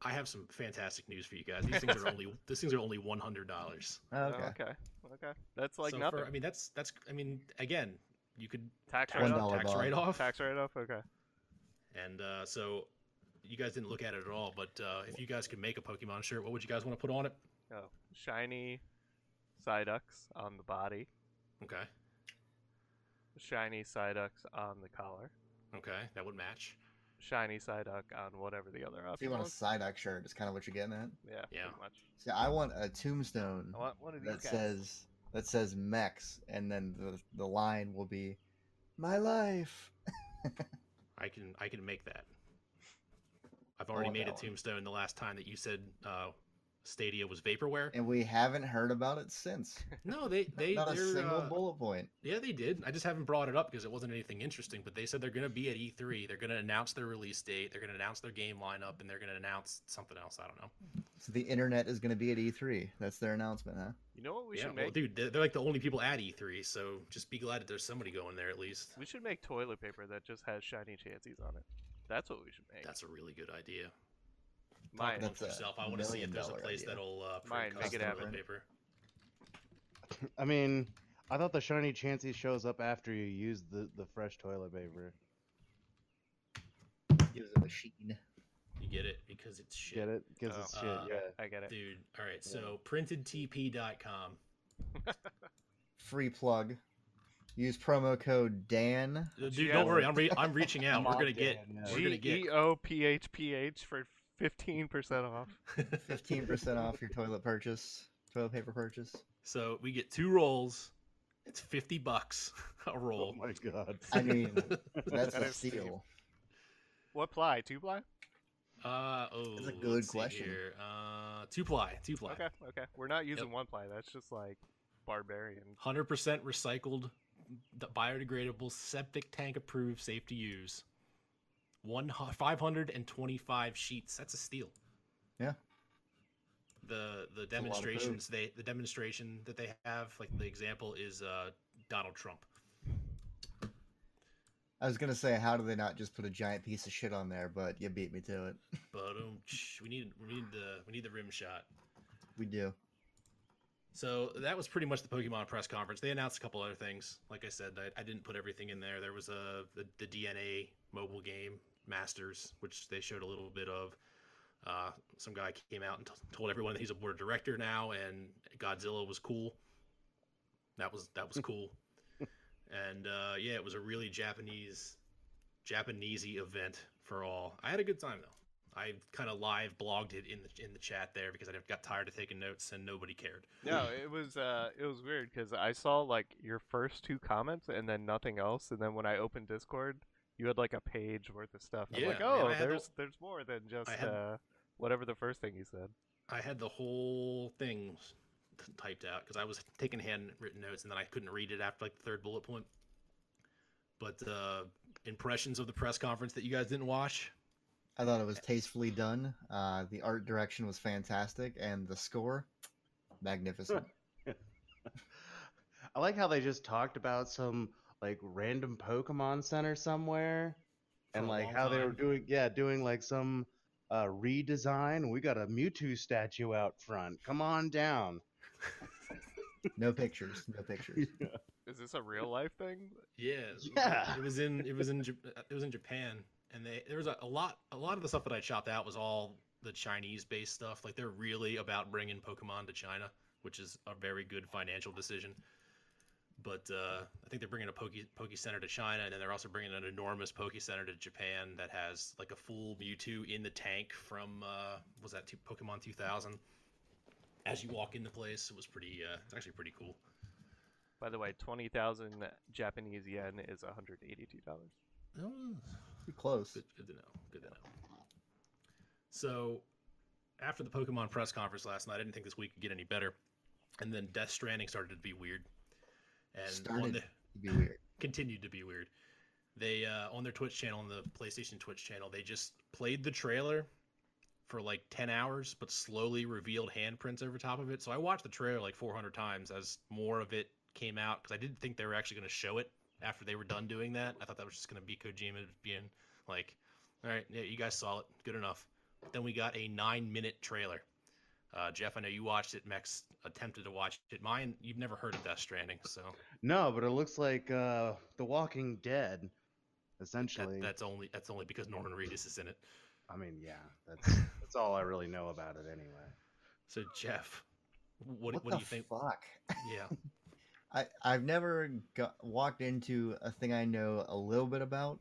Speaker 1: I have some fantastic news for you guys. These things are only
Speaker 4: *laughs*
Speaker 1: these things are only one hundred dollars.
Speaker 4: Okay.
Speaker 2: okay. Okay. That's like
Speaker 1: so
Speaker 2: nothing.
Speaker 1: For, I mean, that's that's. I mean, again, you could
Speaker 2: tax
Speaker 1: tax,
Speaker 2: write
Speaker 4: $1
Speaker 2: off.
Speaker 1: tax
Speaker 4: bond.
Speaker 1: write off,
Speaker 2: Tax write off. Okay.
Speaker 1: and uh, so you guys didn't look at it at all. But uh, if you guys could make a Pokemon shirt, what would you guys want to put on it?
Speaker 2: Oh, shiny Psyducks on the body.
Speaker 1: Okay,
Speaker 2: Shiny Psyducks on the collar.
Speaker 1: okay, that would match.
Speaker 2: Shiny Psyduck on whatever the other
Speaker 4: So you
Speaker 2: option
Speaker 4: want a
Speaker 2: was.
Speaker 4: Psyduck shirt? Is kind of what you're getting at.
Speaker 2: Yeah.
Speaker 1: Yeah.
Speaker 2: Pretty much.
Speaker 4: See, I want a tombstone
Speaker 2: I want one of these
Speaker 4: that
Speaker 2: guys.
Speaker 4: says that says Mex, and then the the line will be, "My life."
Speaker 1: I can I can make that. I've already
Speaker 4: want
Speaker 1: made a
Speaker 4: Oh, that one.
Speaker 1: tombstone the last time that you said uh, Stadia was vaporware.
Speaker 4: And we haven't heard about it since.
Speaker 1: *laughs* No, they they
Speaker 4: Not a
Speaker 1: they're,
Speaker 4: single
Speaker 1: uh,
Speaker 4: bullet point.
Speaker 1: Yeah, they did. I just haven't brought it up because it wasn't anything interesting. But they said they're going to be at E3. They're going to announce their release date. They're going to announce their game lineup, and they're going to announce something else. I don't know.
Speaker 4: So the internet is going to be at E3. That's their announcement, huh?
Speaker 2: You know what we
Speaker 1: yeah,
Speaker 2: should
Speaker 1: well,
Speaker 2: make?
Speaker 1: dude, they're, they're like the only people at E3, so just be glad that there's somebody going there at least.
Speaker 2: We should make toilet paper that just has shiny chances on it. That's what we should make.
Speaker 1: That's a really good idea.
Speaker 2: Mine.
Speaker 1: Talk amongst
Speaker 4: That's a
Speaker 1: yourself. I want to see if
Speaker 4: million
Speaker 1: there's a
Speaker 4: dollar
Speaker 1: place
Speaker 4: idea.
Speaker 1: that'll uh,
Speaker 2: Mine,
Speaker 1: print
Speaker 2: make
Speaker 1: custom
Speaker 2: it happen.
Speaker 1: toilet paper.
Speaker 3: I mean, I thought the shiny Chansey shows up after you use the, the fresh toilet paper.
Speaker 4: It was a machine.
Speaker 1: You get it because it's shit,
Speaker 3: Get it? Gives
Speaker 2: Oh.
Speaker 3: us shit.
Speaker 1: Uh,
Speaker 3: yeah.
Speaker 2: I get it.
Speaker 1: dude. All right, so printedtp.com.
Speaker 4: Free plug. Use promo code Dan.
Speaker 1: Uh, Dude,
Speaker 2: G-O-
Speaker 1: don't worry. I'm re- I'm reaching
Speaker 2: *laughs*
Speaker 1: out. We're
Speaker 3: Mob
Speaker 1: gonna get.
Speaker 3: Dan, yeah.
Speaker 1: We're gonna
Speaker 2: G
Speaker 1: get.
Speaker 2: E O P H P H for fifteen percent off.
Speaker 1: *laughs*
Speaker 4: Fifteen percent off your toilet purchase. Toilet paper purchase.
Speaker 1: So we get two rolls. It's fifty bucks *laughs* a
Speaker 3: *laughs* Oh
Speaker 1: roll.
Speaker 3: my god.
Speaker 2: *laughs*
Speaker 3: *laughs*
Speaker 4: I mean, that's
Speaker 2: That
Speaker 4: a
Speaker 2: is cheap.
Speaker 4: steal.
Speaker 2: What ply? Two ply?
Speaker 1: Uh, oh,
Speaker 4: That's a good
Speaker 1: let's see
Speaker 4: question.
Speaker 1: Here. Uh, two ply, two ply,
Speaker 2: Okay, okay. We're not using one ply. That's just like barbarian.
Speaker 1: hundred percent recycled, d- biodegradable, septic tank approved, safe to use. One five hundred and twenty five sheets. That's a steal.
Speaker 4: Yeah.
Speaker 1: The the
Speaker 4: a lot of
Speaker 1: demonstrations they the demonstration that they have like the example is uh Donald Trump.
Speaker 4: I was gonna say, how do they not just put a giant piece of shit on there? But you beat me to it.
Speaker 1: But um, we need we need the we need the rim shot.
Speaker 4: We do.
Speaker 1: So that was pretty much the Pokemon press conference. They announced a couple other things. Like I said, I, I didn't put everything in there. There was a the, the DNA mobile game Masters, which they showed a little bit of. Uh, some guy came out and t- told everyone that he's a board director now, and Godzilla was cool. That was that was cool. and uh, yeah, it was a really Japanese Japanesey event for all. I had a good time though. I kind of live blogged it in the in the chat there because I got tired of taking notes and nobody cared.
Speaker 2: No, it was uh, it was weird because I saw like your first two comments and then nothing else, and then when I opened Discord, you had like a page worth of stuff. I'm like,
Speaker 1: Yeah, man,
Speaker 2: oh,
Speaker 1: I had the-
Speaker 2: there's there's more than just
Speaker 1: had-
Speaker 2: uh, whatever the first thing you said.
Speaker 1: I had the whole thing t- typed out because I was taking handwritten notes and then I couldn't read it after like the third bullet point. But uh, impressions of the press conference that you guys didn't watch.
Speaker 4: I thought it was tastefully done. Uh, the art direction was fantastic, and the score,
Speaker 2: *laughs*
Speaker 4: magnificent.
Speaker 3: I like how they just talked about some like random Pokemon Center somewhere,
Speaker 1: For
Speaker 3: and
Speaker 1: a
Speaker 3: like
Speaker 1: long
Speaker 3: how they were
Speaker 1: time.
Speaker 3: doing yeah doing like some uh, redesign. We got a Mewtwo statue out front. Come on down.
Speaker 4: No pictures. No
Speaker 2: *laughs*
Speaker 4: pictures.
Speaker 2: Is this a real life thing?
Speaker 1: Yeah, *laughs*
Speaker 3: Yeah.
Speaker 1: It was uh, in it was in Ja- it was in Japan, and they there was a, a lot a lot of the stuff that I chopped out was all the Chinese based stuff. Like they're really about bringing Pokemon to China, which is a very good financial decision. But uh, I think they're bringing a Poke, Poke Center to China, and then they're also bringing an enormous Poke Center to Japan that has like a full Mewtwo in the tank from uh, was that two, Pokemon 2000. As you walk in the place, it was pretty. Uh, it's actually pretty cool.
Speaker 2: By the way, twenty thousand Japanese yen is one hundred eighty-two dollars.
Speaker 4: Pretty close.
Speaker 1: Good, good to know. Good to know. So, after the Pokemon press conference last night, I didn't think this week could get any better. And then Death Stranding started to be weird, and on
Speaker 4: Started.
Speaker 1: the,
Speaker 4: It'd be weird.
Speaker 1: continued to be weird. They uh, on their Twitch channel, on the PlayStation Twitch channel, they just played the trailer for like ten hours, but slowly revealed handprints over top of it. So I watched the trailer like four hundred times as more of it came out because I didn't think they were actually going to show it after they were done doing that. I thought that was just going to be Kojima being like, "All right, yeah, you guys saw it, good enough." But then we got a nine-minute trailer. Uh, Jeff, I know you watched it. Max attempted to watch it. Mine, you've never heard of Death Stranding, so
Speaker 3: No, but it looks like uh, The Walking Dead,
Speaker 1: that,
Speaker 3: essentially.
Speaker 1: that's only that's only because Norman Reedus is in it.
Speaker 3: I mean, yeah,
Speaker 1: *laughs*
Speaker 3: that's that's all I really know about it anyway.
Speaker 1: So Jeff, what what,
Speaker 4: What,
Speaker 1: do you think?
Speaker 4: Fuck.
Speaker 1: Yeah,
Speaker 4: I I've never got, walked into a thing I know a little bit about,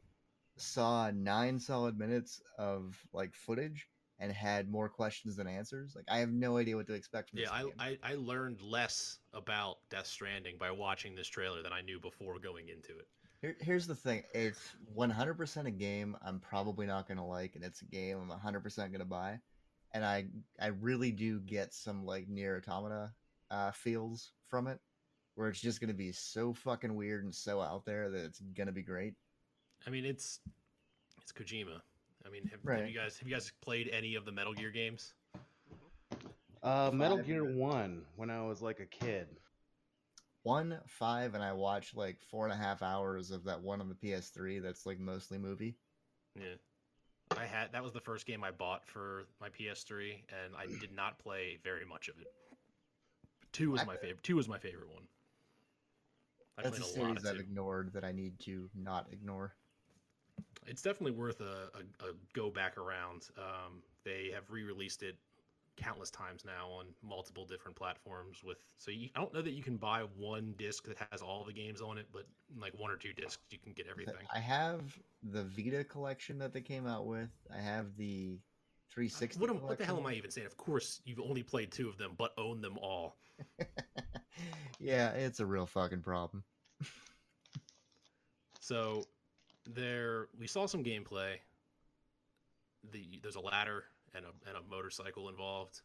Speaker 4: saw nine solid minutes of like footage, and had more questions than answers. Like I have no idea what to expect from
Speaker 1: yeah.
Speaker 4: *laughs* this
Speaker 1: I,
Speaker 4: game.
Speaker 1: I I learned less about Death Stranding by watching this trailer than I knew before going into it.
Speaker 4: Here, here's the thing: it's 100% a game I'm probably not gonna like, and it's a game I'm 100% gonna buy. And I, I really do get some like near automata uh, feels from it, where it's just gonna be so fucking weird and so out there that it's gonna be great.
Speaker 1: I mean, it's it's Kojima. I mean, have, have
Speaker 4: Right.
Speaker 1: you guys have you guys played any of the Metal Gear games?
Speaker 3: Uh, Metal
Speaker 4: Five
Speaker 3: Gear
Speaker 4: minutes.
Speaker 3: One, when I was like a kid.
Speaker 4: One five, and I watched like four and a half hours of that one on the PS3. That's like mostly movie.
Speaker 1: Yeah. I had that was the first game I bought for my PS3, and I did not play very much of it. Two was
Speaker 4: I-
Speaker 1: my favorite. Two was my favorite one. I
Speaker 4: That's a
Speaker 1: played a lot of
Speaker 4: series I've
Speaker 1: two.
Speaker 4: ignored that I need to not ignore.
Speaker 1: It's definitely worth a, a, a go back around. Um, they have re-released it countless times now on multiple different platforms. With so you, I don't know that you can buy one disc that has all the games on it, but like one or two discs, you can get
Speaker 4: Th- *laughs*
Speaker 1: everything.
Speaker 4: I have the Vita collection that they came out with. I have the 360.
Speaker 1: What, am, what the hell am I
Speaker 4: collection.
Speaker 1: even saying? Of course, you've only played two of them, but own them all.
Speaker 4: *laughs* yeah, it's a real fucking problem.
Speaker 1: So there we saw some gameplay. The there's a ladder and a and a motorcycle involved.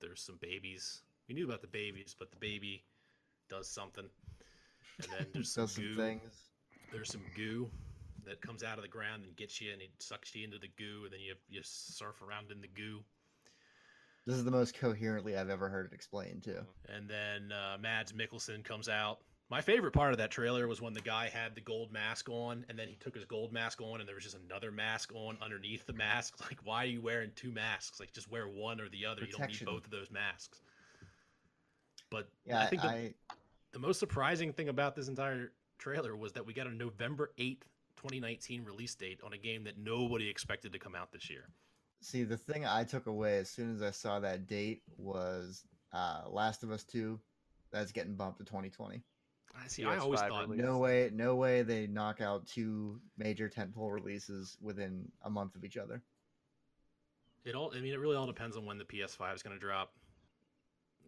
Speaker 1: There's some babies. We knew about the babies, but the baby does something. And then there's some
Speaker 4: Does some
Speaker 1: goo.
Speaker 4: things.
Speaker 1: There's some goo that comes out of the ground and gets you and it sucks you into the goo and then you you surf around in the goo.
Speaker 4: This is the most coherently I've ever heard it explained too.
Speaker 1: And then uh, Mads Mikkelsen comes out. My favorite part of that trailer was when the guy had the gold mask on, and then he took his gold mask on, and there was just another mask on underneath the mask. *laughs* Like, why are you wearing two masks? Like, just wear one or the other. You
Speaker 4: Protection.
Speaker 1: don't need both of those masks. But
Speaker 4: Yeah,
Speaker 1: I think the,
Speaker 4: I,
Speaker 1: the most surprising thing about this entire trailer was that we got a November 8th, 2019 release date on a game that nobody expected to come out this year.
Speaker 4: see the thing I took away as soon as I saw that date was uh Last of Us 2. That's getting bumped to 2020.
Speaker 1: I see. I always
Speaker 2: PS5
Speaker 1: thought
Speaker 2: release.
Speaker 4: No way, no way they knock out two major tentpole releases within a month of each other.
Speaker 1: It all. I mean, it really all depends on when the PS5 is going to drop.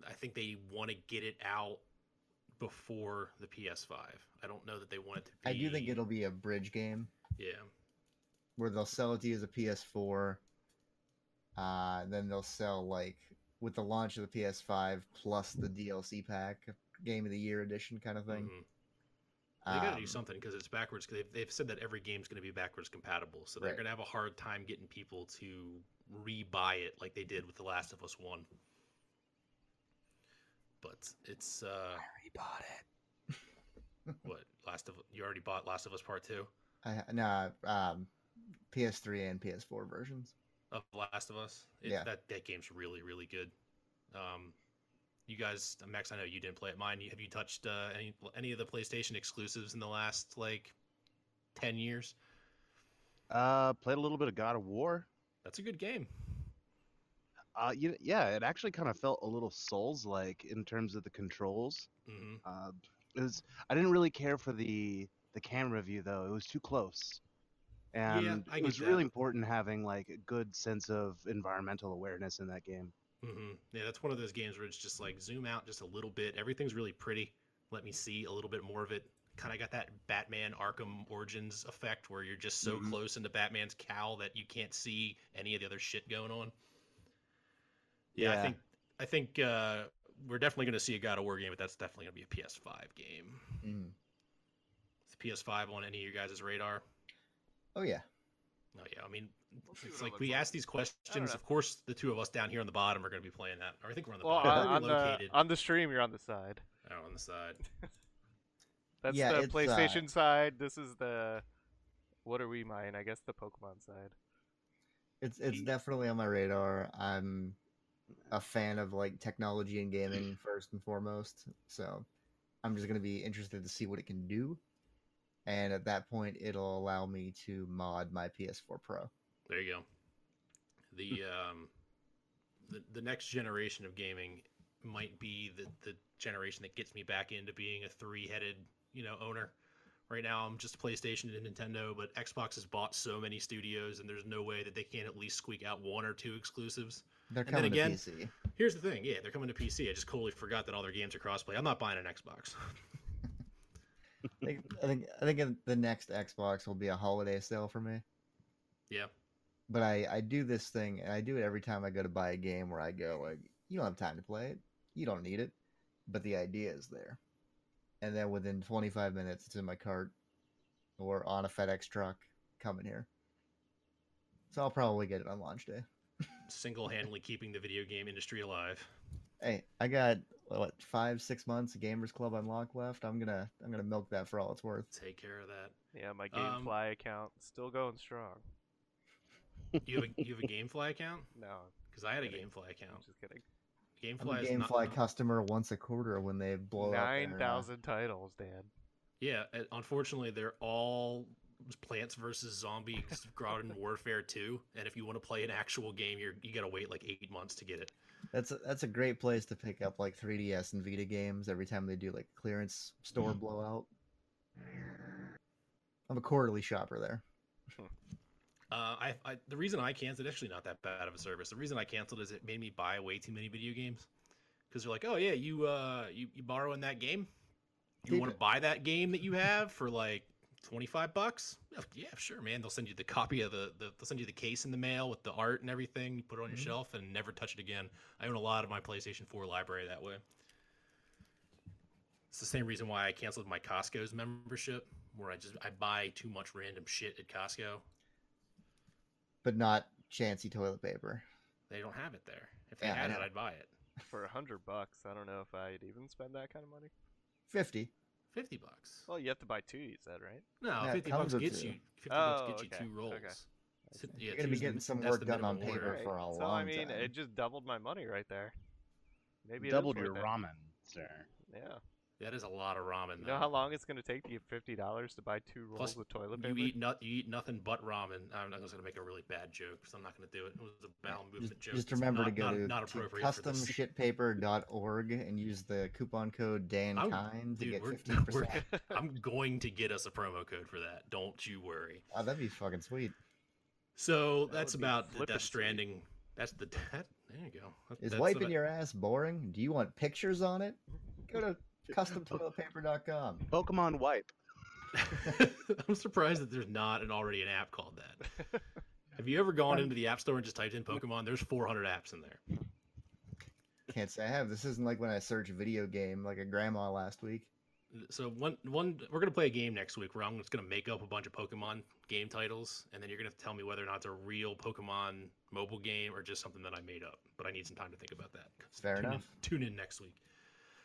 Speaker 1: I think they want to get it out before the PS5. I don't know that they want it to be.
Speaker 4: I do think it'll be a bridge game.
Speaker 1: Yeah,
Speaker 4: where they'll sell it to you as a PS4. Uh, then they'll sell like with the launch of the PS5 plus the DLC pack, Game of the Year edition kind of thing.
Speaker 1: mhm. Mm-hmm. they got to do
Speaker 4: Um,
Speaker 1: something because it's backwards. 'cause They've they've said that every game's going to be backwards compatible, so they're
Speaker 4: Right.
Speaker 1: going to have a hard time getting people to rebuy it like they did with The Last of Us One. But it's uh,
Speaker 2: bought it.
Speaker 1: *laughs* what Last of you already bought Last of Us Part Two
Speaker 4: I, ha- nah, um, PS3 and PS4 versions.
Speaker 1: of Last of Us. It,
Speaker 4: Yeah.
Speaker 1: that that game's really really good. Um, you guys, Max, I know you didn't play it. Mine, you, have you touched uh, any any of the PlayStation exclusives in the last like ten years?
Speaker 3: Uh, played a little bit of God of War.
Speaker 1: That's a good game.
Speaker 3: uh, you, yeah, it actually kind of felt a little Souls like in terms of the controls.
Speaker 1: hmm
Speaker 3: Uh, it was, I didn't really care for the the camera view though; it was too close, and
Speaker 1: I
Speaker 3: it
Speaker 1: get
Speaker 3: was
Speaker 1: that.
Speaker 3: really important having like a good sense of environmental awareness in that game.
Speaker 1: hmm Yeah, that's one of those games where it's just like zoom out just a little bit. Everything's really pretty. Let me see a little bit more of it. Kind of got that Batman Arkham Origins effect where you're just so
Speaker 3: Mhm.
Speaker 1: close into Batman's cowl that you can't see any of the other shit going on. Yeah, I
Speaker 3: Yeah.
Speaker 1: think I think uh, we're definitely going to see a God of War game, but that's definitely going to be a PS5 game.
Speaker 4: Mm.
Speaker 1: Is the PS5 on any of your guys' radar?
Speaker 4: Oh yeah.
Speaker 1: Oh yeah, I mean,
Speaker 2: We'll see what
Speaker 1: it's
Speaker 2: it
Speaker 1: like
Speaker 2: looks
Speaker 1: we
Speaker 2: like.
Speaker 1: ask these questions.
Speaker 2: know.
Speaker 1: Of course, the two of us down here on the bottom are going to be playing that. Or I think we're on the
Speaker 2: Well, uh, on,
Speaker 1: bottom.
Speaker 2: on
Speaker 1: we're
Speaker 2: the,
Speaker 1: located
Speaker 2: on the stream, you're on the side.
Speaker 1: out Oh, on the side.
Speaker 2: That's
Speaker 4: Yeah,
Speaker 2: the
Speaker 4: it's, uh,
Speaker 2: PlayStation side. This is the what are we mine? I guess the Pokemon side.
Speaker 4: It's it's
Speaker 1: Ye-
Speaker 4: definitely on my radar. I'm a fan of like technology and
Speaker 1: Mm.
Speaker 4: gaming first and foremost, so I'm just gonna be interested to see what it can do, and at that point, it'll allow me to mod my PS4 Pro.
Speaker 1: There you go. The *laughs* um, the, the next generation of gaming might be the the generation that gets me back into being a three headed you know owner. Right now, I'm just PlayStation and Nintendo, but Xbox has bought so many studios, and there's no way that they can't at least squeak out one or two exclusives.
Speaker 4: They're
Speaker 1: And then
Speaker 4: coming
Speaker 1: again-
Speaker 4: to PC.
Speaker 1: Here's the thing, yeah, they're coming to PC. I just totally forgot that all their games are crossplay. I'm not buying an Xbox. *laughs*
Speaker 4: I think, I think I think in- the next Xbox will be a holiday sale for me.
Speaker 1: yeah,
Speaker 4: But I I do this thing, and I do it every time I go to buy a game where I go like, you don't have time to play it, you don't need it, but the idea is there, and then within 25 minutes it's in my cart, or on a FedEx truck coming here. So I'll probably get it on launch day.
Speaker 1: single handedly keeping the video game industry alive.
Speaker 4: Hey, I got what five six months of Gamers Club Unlock left. I'm gonna I'm gonna milk that for all it's worth.
Speaker 1: Take care of that.
Speaker 2: Yeah, my
Speaker 1: Um,
Speaker 2: GameFly account still going strong.
Speaker 1: You have a, you have a GameFly account?
Speaker 2: No,
Speaker 1: Because I had a
Speaker 2: Kidding.
Speaker 1: GameFly account.
Speaker 2: I'm just kidding.
Speaker 4: I'm a
Speaker 1: GameFly is not-
Speaker 4: GameFly customer once a quarter when they blow up their, uh,
Speaker 2: Nine thousand titles, Dan.
Speaker 1: Yeah, uh, unfortunately, they're all Plants vs Zombies *laughs* Garden Warfare 2, and if you want to play an actual game, you're you gotta wait like eight months to get it.
Speaker 4: That's a, that's a great place to pick up like 3DS and Vita games every time they do like clearance store
Speaker 1: Mm-hmm.
Speaker 4: blowout. I'm a quarterly shopper there.
Speaker 1: Uh, I, I the reason I canceled it's actually not that bad of a service. The reason I canceled is it made me buy way too many video games because they're like, oh yeah, you uh you, you borrowing that game? You
Speaker 4: Keep
Speaker 1: want to
Speaker 4: it."
Speaker 1: buy that game that you have for like twenty five bucks? Yeah, Yeah, sure, man. They'll send you the copy of the, the they'll send you the case in the mail with the art and everything. You put it on your
Speaker 4: Mhm.
Speaker 1: shelf and never touch it again. I own a lot of my PlayStation Four library that way. It's the same reason why I canceled my Costco's membership, where I just I buy too much random shit at Costco.
Speaker 4: But not chancy toilet paper.
Speaker 1: They don't have it there. If they
Speaker 4: Yeah, I
Speaker 1: had it,
Speaker 4: know.
Speaker 1: I'd buy it.
Speaker 2: For a hundred bucks, I don't know if I'd even spend that kind of money.
Speaker 4: 50.
Speaker 1: Fifty bucks.
Speaker 2: Well, you have to buy two. You said right?
Speaker 1: no,
Speaker 4: yeah, it
Speaker 1: fifty
Speaker 4: comes
Speaker 1: bucks
Speaker 4: with
Speaker 1: gets
Speaker 4: two.
Speaker 1: you. Fifty bucks
Speaker 2: Oh,
Speaker 1: gets you
Speaker 2: okay,
Speaker 1: two rolls.
Speaker 2: okay.
Speaker 1: So- yeah,
Speaker 4: You're gonna be
Speaker 1: two's the
Speaker 4: getting
Speaker 1: mi-
Speaker 4: some
Speaker 1: that's
Speaker 4: work
Speaker 1: the
Speaker 4: done on
Speaker 1: minimum
Speaker 4: paper
Speaker 1: order.
Speaker 4: for a
Speaker 2: so I
Speaker 4: long
Speaker 2: mean,
Speaker 4: time.
Speaker 2: it just doubled my money right there. Maybe it is
Speaker 3: Doubled your
Speaker 2: worth it.
Speaker 3: ramen, sir.
Speaker 2: Yeah.
Speaker 1: That is a lot of ramen.
Speaker 2: You
Speaker 1: though.
Speaker 2: know how long it's gonna take to get fifty dollars to buy two rolls
Speaker 1: Plus,
Speaker 2: of toilet
Speaker 1: You
Speaker 2: paper?
Speaker 1: eat not you eat nothing but ramen. I'm not going to make a really bad joke, so I'm not going to do it. It was a bowel movement
Speaker 4: Just,
Speaker 1: joke. It's
Speaker 4: just remember to
Speaker 1: not,
Speaker 4: go
Speaker 1: not,
Speaker 4: to,
Speaker 1: not
Speaker 4: to
Speaker 1: appropriate for this.
Speaker 4: customshitpaper.org and use the coupon code
Speaker 1: I'm-
Speaker 4: DanKind to
Speaker 1: dude,
Speaker 4: get
Speaker 1: we're- *laughs*
Speaker 4: 15%.
Speaker 1: we're- I'm going to get us a promo code for that. Don't you worry.
Speaker 4: Oh, that'd be fucking sweet.
Speaker 1: So
Speaker 2: That
Speaker 1: that's
Speaker 2: would be
Speaker 1: about the
Speaker 2: flippin'
Speaker 1: Death
Speaker 2: sweet.
Speaker 1: Stranding. That's the *laughs* that, There you go. That-
Speaker 4: Is
Speaker 1: that's
Speaker 4: wiping
Speaker 1: about-
Speaker 4: your ass boring? Do you want pictures on it? Go
Speaker 3: *laughs*
Speaker 4: to customtoiletpaper.com.
Speaker 3: Pokemon Wipe.
Speaker 1: *laughs* I'm surprised that there's not an already an app called that. Have you ever gone into the app store and just typed in Pokemon? There's 400 apps in there.
Speaker 4: Can't say I have. This isn't like when I search video game like a grandma last week.
Speaker 1: So one one we're gonna play a game next week where I'm just gonna make up a bunch of Pokemon game titles, and then you're gonna have to tell me whether or not it's a real Pokemon mobile game or just something that I made up. But I need some time to think about that.
Speaker 4: Fair
Speaker 1: tune
Speaker 4: enough.
Speaker 1: In, tune in next week.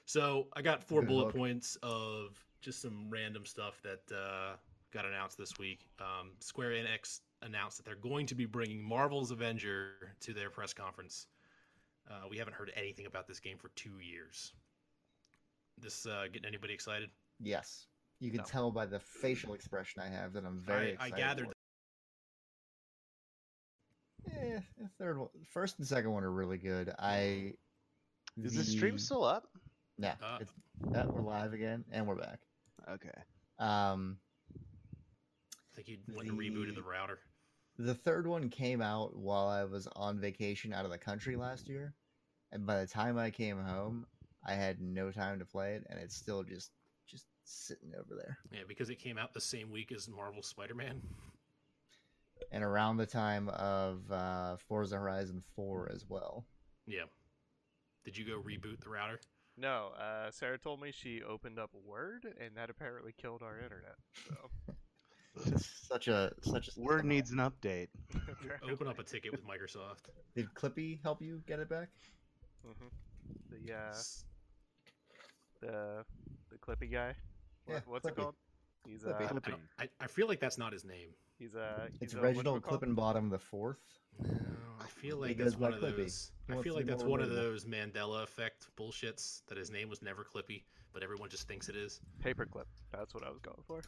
Speaker 1: So I got four
Speaker 4: Good
Speaker 1: bullet
Speaker 4: hook.
Speaker 1: points of just some random stuff that uh, got announced this week. Um, Square Enix announced that they're going to be bringing Marvel's Avenger to their press conference. Uh, we haven't heard anything about this game for two years. This uh, getting anybody excited?
Speaker 4: Yes. You can
Speaker 2: No.
Speaker 4: tell by the facial expression I have that I'm very
Speaker 1: I, I
Speaker 4: excited.
Speaker 1: gathered
Speaker 4: for it. eh, the third one, first and second one are really good. I
Speaker 3: Is the stream still up?
Speaker 4: Yeah,
Speaker 1: Uh.
Speaker 4: it's, yeah, we're live again and we're back.
Speaker 3: Okay.
Speaker 4: Um,
Speaker 1: I think you went and rebooted
Speaker 4: The-
Speaker 1: the router.
Speaker 4: the third one came out while I was on vacation out of the country last year, and by the time I came
Speaker 2: Mm-hmm.
Speaker 4: home, I had no time to play it, and it's still just just sitting over there.
Speaker 1: Yeah, because it came out the same week as Marvel Spider-Man.
Speaker 4: And around the time of uh, Forza Horizon Four as well.
Speaker 1: Yeah. Did you go reboot the router?
Speaker 2: No, uh, Sarah told me she opened up Word, and that apparently killed our internet. *laughs* So
Speaker 4: Just such a such a
Speaker 3: Word needs an update.
Speaker 1: Oh.
Speaker 2: apparently-
Speaker 1: Open up a ticket with Microsoft.
Speaker 4: Did Clippy help you get it back?
Speaker 2: Mhm. the uh,
Speaker 1: S-
Speaker 2: the the Clippy guy. What,
Speaker 4: Yeah,
Speaker 2: what's
Speaker 4: Clippy.
Speaker 2: it called? He's
Speaker 4: Clippy.
Speaker 2: uh,
Speaker 1: I, don't- I, I feel like that's not his name.
Speaker 2: he's uh, he's
Speaker 4: It's
Speaker 2: a
Speaker 4: Reginald
Speaker 2: whatchamacallit?
Speaker 4: Clippenbottom the fourth.
Speaker 1: No, I feel
Speaker 4: He
Speaker 1: like
Speaker 4: goes
Speaker 1: that's one
Speaker 4: by
Speaker 1: of
Speaker 4: Clippy.
Speaker 1: those.
Speaker 4: He
Speaker 1: I
Speaker 4: wants
Speaker 1: feel
Speaker 4: to
Speaker 1: like
Speaker 4: be
Speaker 1: that's
Speaker 4: more
Speaker 1: one of
Speaker 4: relatable.
Speaker 1: those Mandela effect bullshits that his name was never Clippy, but everyone just thinks it is.
Speaker 2: Paperclip. That's what I was going for.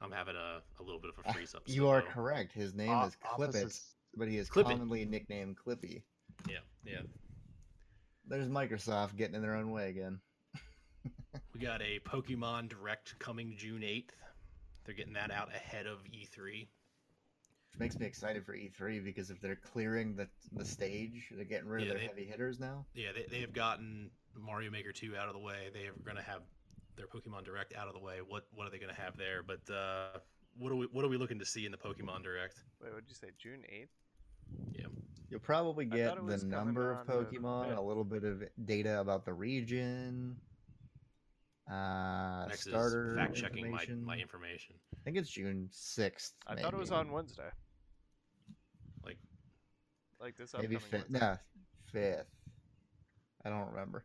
Speaker 1: I'm having a, a little bit of a freeze up.
Speaker 4: Ah, You are correct. His name
Speaker 3: O-
Speaker 4: is Clippet,
Speaker 3: opposites-
Speaker 4: but he is
Speaker 1: Clippet.
Speaker 4: commonly nicknamed Clippy.
Speaker 1: Yeah, yeah.
Speaker 4: There's Microsoft getting in their own way again.
Speaker 1: We got a Pokemon Direct coming June 8th. They're getting that out ahead of E E3.
Speaker 4: Which makes me excited for E3 because if they're clearing the the stage, they're getting rid of
Speaker 1: Yeah,
Speaker 4: their
Speaker 1: they-
Speaker 4: heavy hitters now.
Speaker 1: Yeah, they, they have gotten Mario Maker 2 out of the way. They are going to have their Pokemon Direct out of the way. What what are they going to have there? But uh, what are we what are we looking to see in the Pokemon Direct?
Speaker 2: Wait, what did you say? June eighth.
Speaker 4: You'll probably
Speaker 2: I thought
Speaker 4: get
Speaker 2: it
Speaker 4: the
Speaker 2: was coming
Speaker 4: number of
Speaker 2: on the
Speaker 4: Pokemon,
Speaker 2: fifth.
Speaker 4: a little bit of data about the region, uh,
Speaker 1: Next
Speaker 4: starter
Speaker 1: is fact checking my,
Speaker 4: information.
Speaker 1: my information.
Speaker 4: I think it's June sixth.
Speaker 2: I thought it was on Wednesday.
Speaker 1: Like-
Speaker 2: like this
Speaker 4: maybe
Speaker 2: upcoming
Speaker 4: fifth.
Speaker 2: Wednesday.
Speaker 4: No, fifth. I don't remember.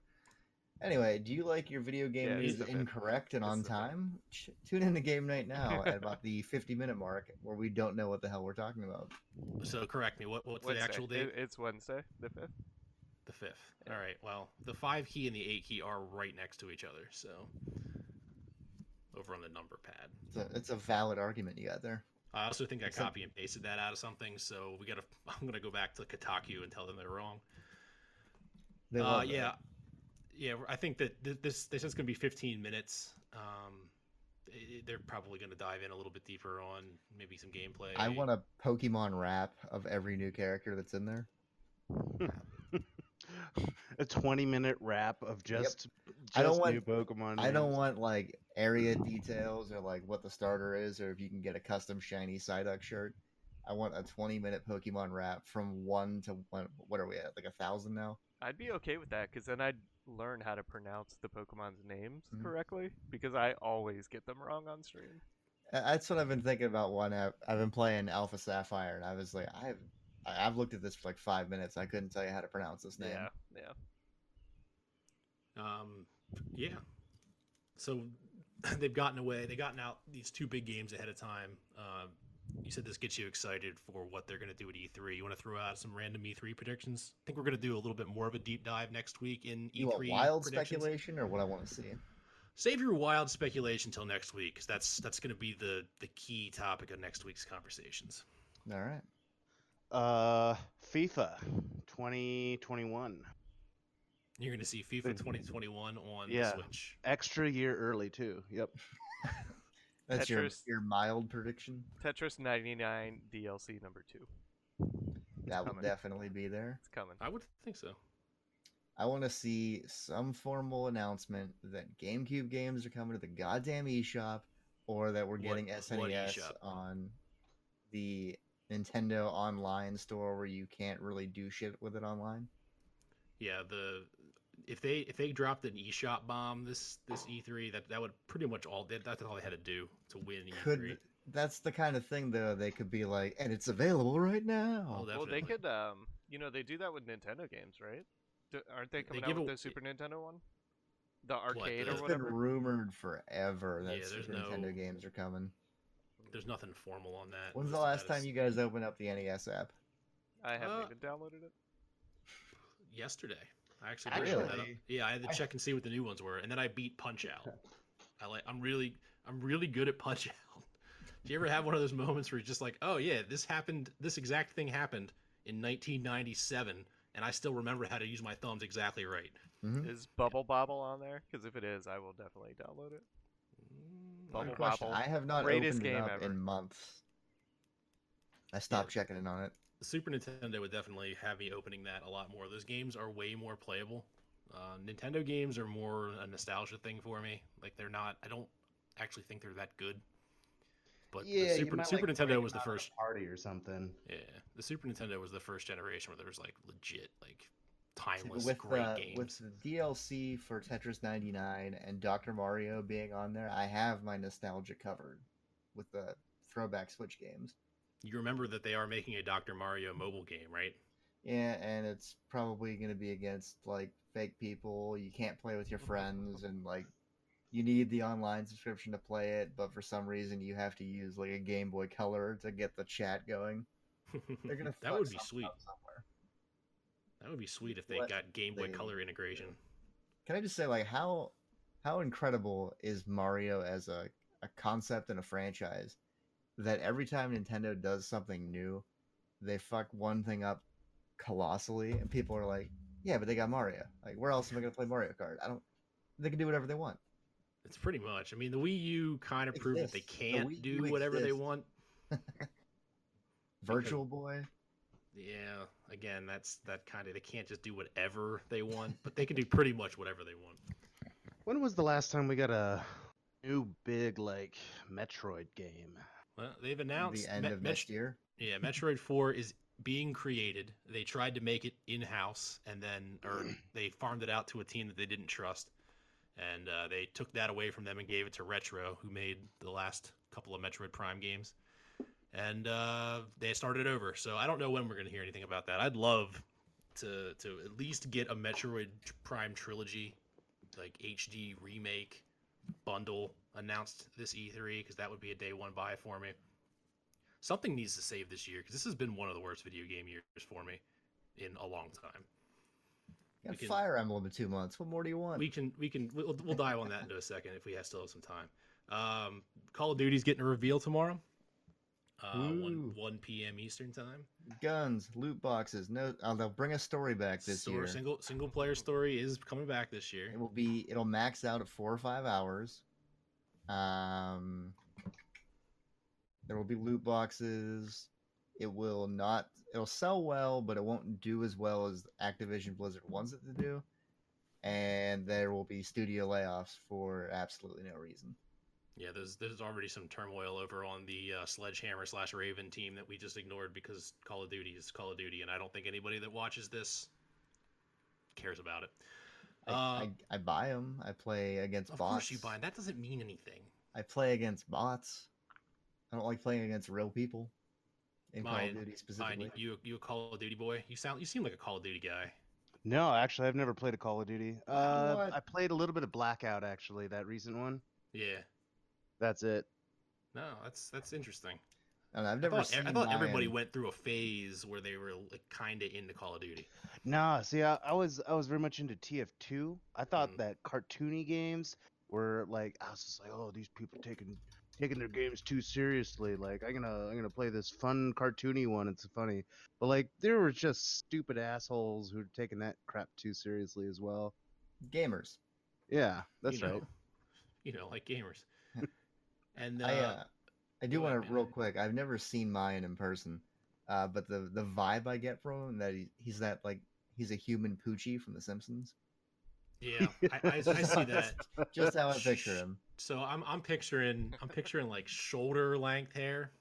Speaker 4: Anyway, do you like your video game
Speaker 2: Yeah, it is
Speaker 4: news
Speaker 2: the fifth.
Speaker 4: incorrect and
Speaker 2: It's
Speaker 4: on
Speaker 2: the fifth.
Speaker 4: time? Ch- Tune in to
Speaker 2: *laughs*
Speaker 4: Game Night now at about the 50 minute mark where we don't know what the hell we're talking about.
Speaker 1: So correct me. What what's
Speaker 2: Wednesday.
Speaker 1: the actual date?
Speaker 2: It- it's Wednesday, the fifth.
Speaker 1: The fifth. All right. Well, the five key and the eight key are right next to each other. So over on the number pad.
Speaker 4: It's a, it's a valid argument you got there.
Speaker 1: I also think I
Speaker 4: Except-
Speaker 1: copy and pasted that out of something. So we gotta. *laughs* I'm gonna go back to Kotaku and tell them they're wrong.
Speaker 4: They
Speaker 1: uh,
Speaker 4: love that.
Speaker 1: yeah, yeah. I think that th- this this is gonna be 15 minutes. Um, i- they're probably gonna dive in a little bit deeper on maybe some gameplay.
Speaker 4: I want a Pokemon rap of every new character that's in there.
Speaker 3: *laughs* A 20 minute wrap of just, just
Speaker 4: I don't
Speaker 3: new
Speaker 4: want-
Speaker 3: Pokemon.
Speaker 4: I don't
Speaker 3: names.
Speaker 4: want like area details or like what the starter is or if you can get a custom shiny Psyduck shirt. I want a 20 minute Pokemon rap from one to one. What are we at? Like a thousand now?
Speaker 2: I'd be okay with that because then I'd learn how to pronounce the Pokemon's names
Speaker 4: Mhm.
Speaker 2: correctly because I always get them wrong on stream.
Speaker 4: Uh, That's what I've been thinking about. One, I've, I've been playing Alpha Sapphire, and I was like, I've I- I've looked at this for like five minutes. I couldn't tell you how to pronounce this name.
Speaker 2: Yeah, yeah.
Speaker 1: Um, yeah. So *laughs* they've gotten away. They've gotten out these two big games ahead of time. Um, you said this gets you excited for what they're going to do at E3. You want to throw out some random E3 predictions? I think we're going to do a little bit more of a deep dive next week in E3
Speaker 4: You want wild
Speaker 1: E predictions.
Speaker 4: speculation or what I want to see?
Speaker 1: Save your wild speculation till next week, because that's that's going to be the the key topic of next week's conversations.
Speaker 4: All right.
Speaker 3: Uh, FIFA 2021.
Speaker 1: You're going to see FIFA 2021 on the
Speaker 3: Yeah.
Speaker 1: Switch.
Speaker 3: Extra year early, too. Yep.
Speaker 4: That's your,
Speaker 2: Tetris.
Speaker 4: your mild prediction.
Speaker 2: Tetris 99 DLC number two.
Speaker 4: That will
Speaker 2: coming.
Speaker 4: definitely be there.
Speaker 2: It's coming.
Speaker 1: I would think so.
Speaker 4: I want to see some formal announcement that GameCube games are coming to the goddamn eShop or that we're
Speaker 1: What-
Speaker 4: getting
Speaker 1: what
Speaker 4: SNES
Speaker 1: eShop?
Speaker 4: on the Nintendo online store where you can't really do shit with it online.
Speaker 1: Yeah, the if they if they dropped an eShop bomb this this E3, that that would pretty much all that, that's all they had to do to win E E3.
Speaker 4: could that's the kind of thing though they could be like and it's available right now
Speaker 1: Oh,
Speaker 2: Well,
Speaker 1: definitely.
Speaker 2: they could, um, you know, they do that with Nintendo games, right? D- aren't they
Speaker 1: They
Speaker 2: coming
Speaker 1: give
Speaker 2: out with
Speaker 1: a-
Speaker 2: the Super Nintendo one? The arcade
Speaker 1: the-
Speaker 4: it's
Speaker 2: or
Speaker 4: been
Speaker 2: whatever.
Speaker 4: rumored forever that
Speaker 1: Yeah, there's
Speaker 4: Super nintendo
Speaker 1: no-
Speaker 4: games are coming
Speaker 1: There's nothing formal on that.
Speaker 4: when's the
Speaker 1: listed
Speaker 4: last
Speaker 1: as-
Speaker 4: time you guys opened up the nes app
Speaker 2: I haven't
Speaker 1: Uh,
Speaker 2: even downloaded it.
Speaker 1: Yesterday, I actually, looked that up.
Speaker 4: Really?
Speaker 1: yeah, I had to
Speaker 4: I-
Speaker 1: check and see what the new ones were, and then I beat Punch Out. *laughs* I like I'm really I'm really good at Punch Out. Do you ever have one of those moments where you're just like, oh yeah, this happened, this exact thing happened in 1997, and I still remember how to use my thumbs exactly right?
Speaker 4: Mhm.
Speaker 2: Is Bubble Bobble on there? Because if it is, I will definitely download it.
Speaker 4: Good
Speaker 2: Bubble
Speaker 4: question.
Speaker 2: Bobble.
Speaker 4: I have not
Speaker 2: Greatest
Speaker 4: opened it
Speaker 2: game
Speaker 4: up
Speaker 2: ever.
Speaker 4: in months. I stopped checking in on it.
Speaker 1: The Super Nintendo would definitely have me opening that a lot more. Those games are way more playable. Uh, Nintendo games are more a nostalgia thing for me. Like they're not. I don't actually think they're that good. But
Speaker 3: yeah,
Speaker 1: the Super, Super Nintendo was the first.
Speaker 3: party or something.
Speaker 1: Yeah, the Super Nintendo was the first generation where there was like legit, like
Speaker 4: See,
Speaker 1: timeless
Speaker 4: with
Speaker 1: great
Speaker 4: the,
Speaker 1: games.
Speaker 4: with the DLC for Tetris 99 and Dr. Mario being on there, I have my nostalgia covered with the throwback Switch games.
Speaker 1: You remember that they are making a Dr. Mario mobile game, right?
Speaker 4: Yeah, and it's probably going to be against like fake people. You can't play with your friends, and like you need the online subscription to play it, but for some reason you have to use like a Game Boy Color to get the chat going. They're gonna
Speaker 1: *laughs* that
Speaker 4: fuck
Speaker 1: would be
Speaker 4: something
Speaker 1: sweet.
Speaker 4: up somewhere.
Speaker 1: That would be sweet if they
Speaker 4: What
Speaker 1: got Game Boy
Speaker 4: they-
Speaker 1: Color integration.
Speaker 4: Can I just say like how how incredible is Mario as a, a concept and a franchise that every time Nintendo does something new, they fuck one thing up colossally and people are like, Yeah, but they got Mario. Like where else am I gonna play Mario Kart? I don't they can do whatever they want.
Speaker 1: It's pretty much. I mean, the Wii U kind of proved that they
Speaker 4: Exists. The
Speaker 1: can't
Speaker 4: Wii
Speaker 1: do
Speaker 4: U
Speaker 1: whatever they
Speaker 4: exists.
Speaker 1: want.
Speaker 4: Virtual Boy.
Speaker 1: Yeah, again, that's that kind of they can't just do whatever they want, but they can do pretty much whatever they want.
Speaker 3: When was the last time we got a new big like Metroid game?
Speaker 1: Well, they've
Speaker 4: the
Speaker 1: announced
Speaker 4: end
Speaker 1: Me-
Speaker 4: of
Speaker 1: Met-
Speaker 4: next year.
Speaker 1: Yeah, Metroid 4 is being created. They tried to make it in house, and then or they farmed it out to a team that they didn't trust, and uh, they took that away from them and gave it to Retro, who made the last couple of Metroid Prime games, and uh, they started over. So I don't know when we're going to hear anything about that. I'd love to to at least get a Metroid Prime trilogy, like HD remake bundle announced this E3 because that would be a day one buy for me something needs to save this year because this has been one of the worst video game years for me in a long time.
Speaker 4: Got
Speaker 1: we can-
Speaker 4: Fire Emblem in two months. What more do you want?
Speaker 1: We can we can we'll, we'll dive on that into a second if we have still have some time. Um, Call of Duty's getting a reveal tomorrow, uh,
Speaker 4: Ooh.
Speaker 1: one one p.m. Eastern time.
Speaker 4: Guns, loot boxes, no oh, they'll bring a story back this
Speaker 1: Story-
Speaker 4: year.
Speaker 1: Single single player story is coming back this year.
Speaker 4: It will be. It'll max out at four or five hours. Um, there will be loot boxes. It will not. It'll sell well, but it won't do as well as Activision Blizzard wants it to do. And there will be studio layoffs for absolutely no reason.
Speaker 1: Yeah, there's there's already some turmoil over on the uh, Sledgehammer slash Raven team that we just ignored because Call of Duty is Call of Duty, and I don't think anybody that watches this cares about it.
Speaker 4: I,
Speaker 1: Uh,
Speaker 4: I, I buy them. I play against
Speaker 1: Of
Speaker 4: bots.
Speaker 1: course you buy. That doesn't mean anything.
Speaker 4: I play against bots. I don't like playing against real people. In Call
Speaker 1: Mine-
Speaker 4: of Duty
Speaker 1: Fine,
Speaker 4: specifically.
Speaker 1: you you a Call of Duty boy? You sound you seem like a Call of Duty guy.
Speaker 3: No, actually, I've never played a Call of Duty. Uh,
Speaker 4: What?
Speaker 3: I played a little bit of Blackout actually, that recent one.
Speaker 1: Yeah.
Speaker 3: That's it.
Speaker 1: No, that's that's interesting.
Speaker 4: And I've
Speaker 1: I
Speaker 4: never.
Speaker 1: thought, e-,
Speaker 4: seen
Speaker 1: I thought everybody
Speaker 4: Ryan-
Speaker 1: went through a phase where they were like kind of into Call of Duty.
Speaker 3: Nah, see, I, I was I was very much into TF2. I thought
Speaker 1: Mm.
Speaker 3: that cartoony games were like I was just like, oh, these people taking taking their games too seriously. Like I'm gonna I'm gonna play this fun cartoony one. It's funny, but like there were just stupid assholes who were taking that crap too seriously as well.
Speaker 4: gamers.
Speaker 3: Yeah, that's
Speaker 1: you know,
Speaker 3: right.
Speaker 1: You know, like
Speaker 4: *laughs*
Speaker 1: gamers. and uh,
Speaker 4: I, uh, I do
Speaker 1: go ahead,
Speaker 4: want to
Speaker 1: man.
Speaker 4: real quick. I've never seen Mayan in person, uh, but the the vibe I get from him that he, he's that like he's a human Poochie from The Simpsons.
Speaker 1: yeah, I, I, I
Speaker 3: *laughs*
Speaker 4: *laughs*
Speaker 1: see that.
Speaker 4: Just how
Speaker 1: *laughs*
Speaker 4: I picture him.
Speaker 1: So I'm I'm picturing I'm picturing like shoulder length hair,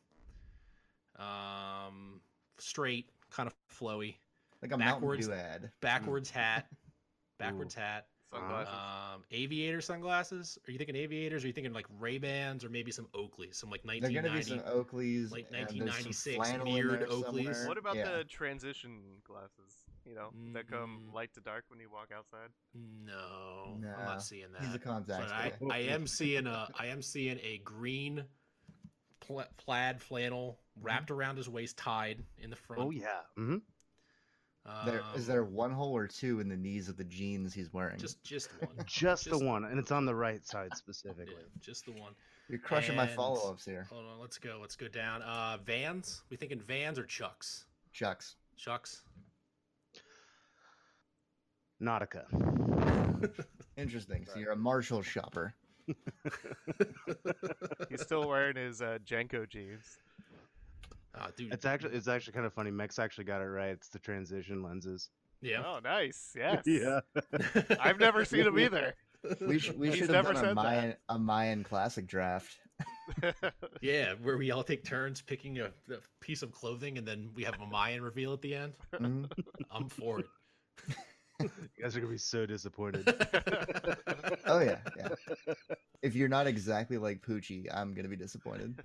Speaker 1: um, straight, kind of flowy,
Speaker 4: Like a
Speaker 1: Backwards.
Speaker 4: Mountain Dew ad.
Speaker 1: backwards
Speaker 4: Mm. *laughs*
Speaker 1: hat, backwards hat.
Speaker 2: Sunglasses.
Speaker 1: Um, aviator sunglasses? Are you thinking aviators? Are you thinking like Ray Bans or maybe some Oakleys? Some like
Speaker 4: There are gonna be
Speaker 1: 1990.
Speaker 4: some Oakleys.
Speaker 1: like
Speaker 4: and there's some
Speaker 1: 1996
Speaker 4: flannel in
Speaker 1: mirrored
Speaker 4: there
Speaker 1: Oakleys.
Speaker 4: somewhere.
Speaker 2: what about
Speaker 4: yeah.
Speaker 2: the transition glasses? You know, that come
Speaker 1: Mm.
Speaker 2: light to dark when you walk outside.
Speaker 1: No, I'm
Speaker 4: No,
Speaker 1: not seeing that.
Speaker 4: He's a contact.
Speaker 1: but I,
Speaker 3: guy.
Speaker 1: I am seeing a I am seeing a green pla- plaid flannel
Speaker 4: Mm-hmm.
Speaker 1: wrapped around his waist, tied in the front.
Speaker 3: Oh yeah. hmm
Speaker 1: Um,
Speaker 4: There is there one hole or two in the knees of the jeans he's wearing?
Speaker 1: Um, just just one?
Speaker 3: Just, the
Speaker 1: Just-
Speaker 3: one, and it's on the right side
Speaker 1: yeah,
Speaker 3: specifically.
Speaker 1: just the one.
Speaker 4: You're crushing my
Speaker 1: And-
Speaker 4: follow ups here.
Speaker 1: Hold on, let's go. Let's go down. Uh, Vans. We thinking Vans or Chucks?
Speaker 4: Chucks.
Speaker 1: Chucks.
Speaker 3: Nautica.
Speaker 4: Interesting. So
Speaker 1: Right.
Speaker 4: you're a Marshall shopper.
Speaker 2: He's
Speaker 4: *laughs*
Speaker 2: still wearing his uh, Jenko jeans.
Speaker 1: Ah, dude.
Speaker 3: It's actually it's actually kind of funny. Mex actually got it right. It's the transition lenses.
Speaker 1: yeah.
Speaker 2: Oh, nice.
Speaker 4: *laughs*
Speaker 2: Yes.
Speaker 1: I've
Speaker 2: *laughs*
Speaker 1: *laughs*
Speaker 2: I've never seen him either.
Speaker 4: We, sh- we
Speaker 2: He's
Speaker 4: should have
Speaker 2: never
Speaker 4: done a
Speaker 2: said that.
Speaker 4: Mayan, a Mayan
Speaker 2: *laughs*
Speaker 4: classic draft.
Speaker 1: Yeah, where we all take turns picking a, a piece of clothing, and then we have a Mayan reveal at the end.
Speaker 4: Mhm.
Speaker 1: I'm for it.
Speaker 3: *laughs* You guys are gonna be
Speaker 1: *laughs*
Speaker 3: so disappointed.
Speaker 4: *laughs* Oh yeah, yeah. If you're not exactly like Poochie, I'm gonna be disappointed.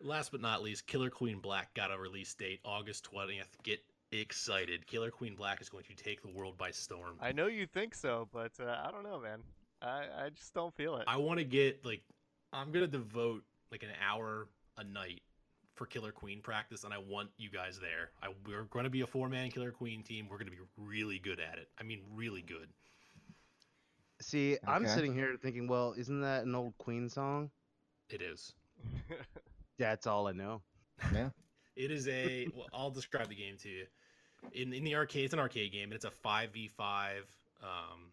Speaker 1: Last but not least, Killer Queen Black got a release date August 20th. Get excited. Killer Queen Black is going to take the world by storm.
Speaker 2: I know you think so, but uh, I don't know, man. I, I just don't feel it. *laughs*
Speaker 1: I want to get like I'm gonna devote like an hour a night for Killer Queen practice, and I want you guys there. I we're gonna be a four man Killer Queen team. We're gonna be really good at it. I mean, really good.
Speaker 3: See, I'm
Speaker 4: Okay.
Speaker 3: sitting here thinking, well, isn't that an old Queen song?
Speaker 1: It is.
Speaker 3: That's all I know.
Speaker 1: It is a. well, I'll describe the game to you. In in the arcade, it's an arcade game, and it's a five v five, um,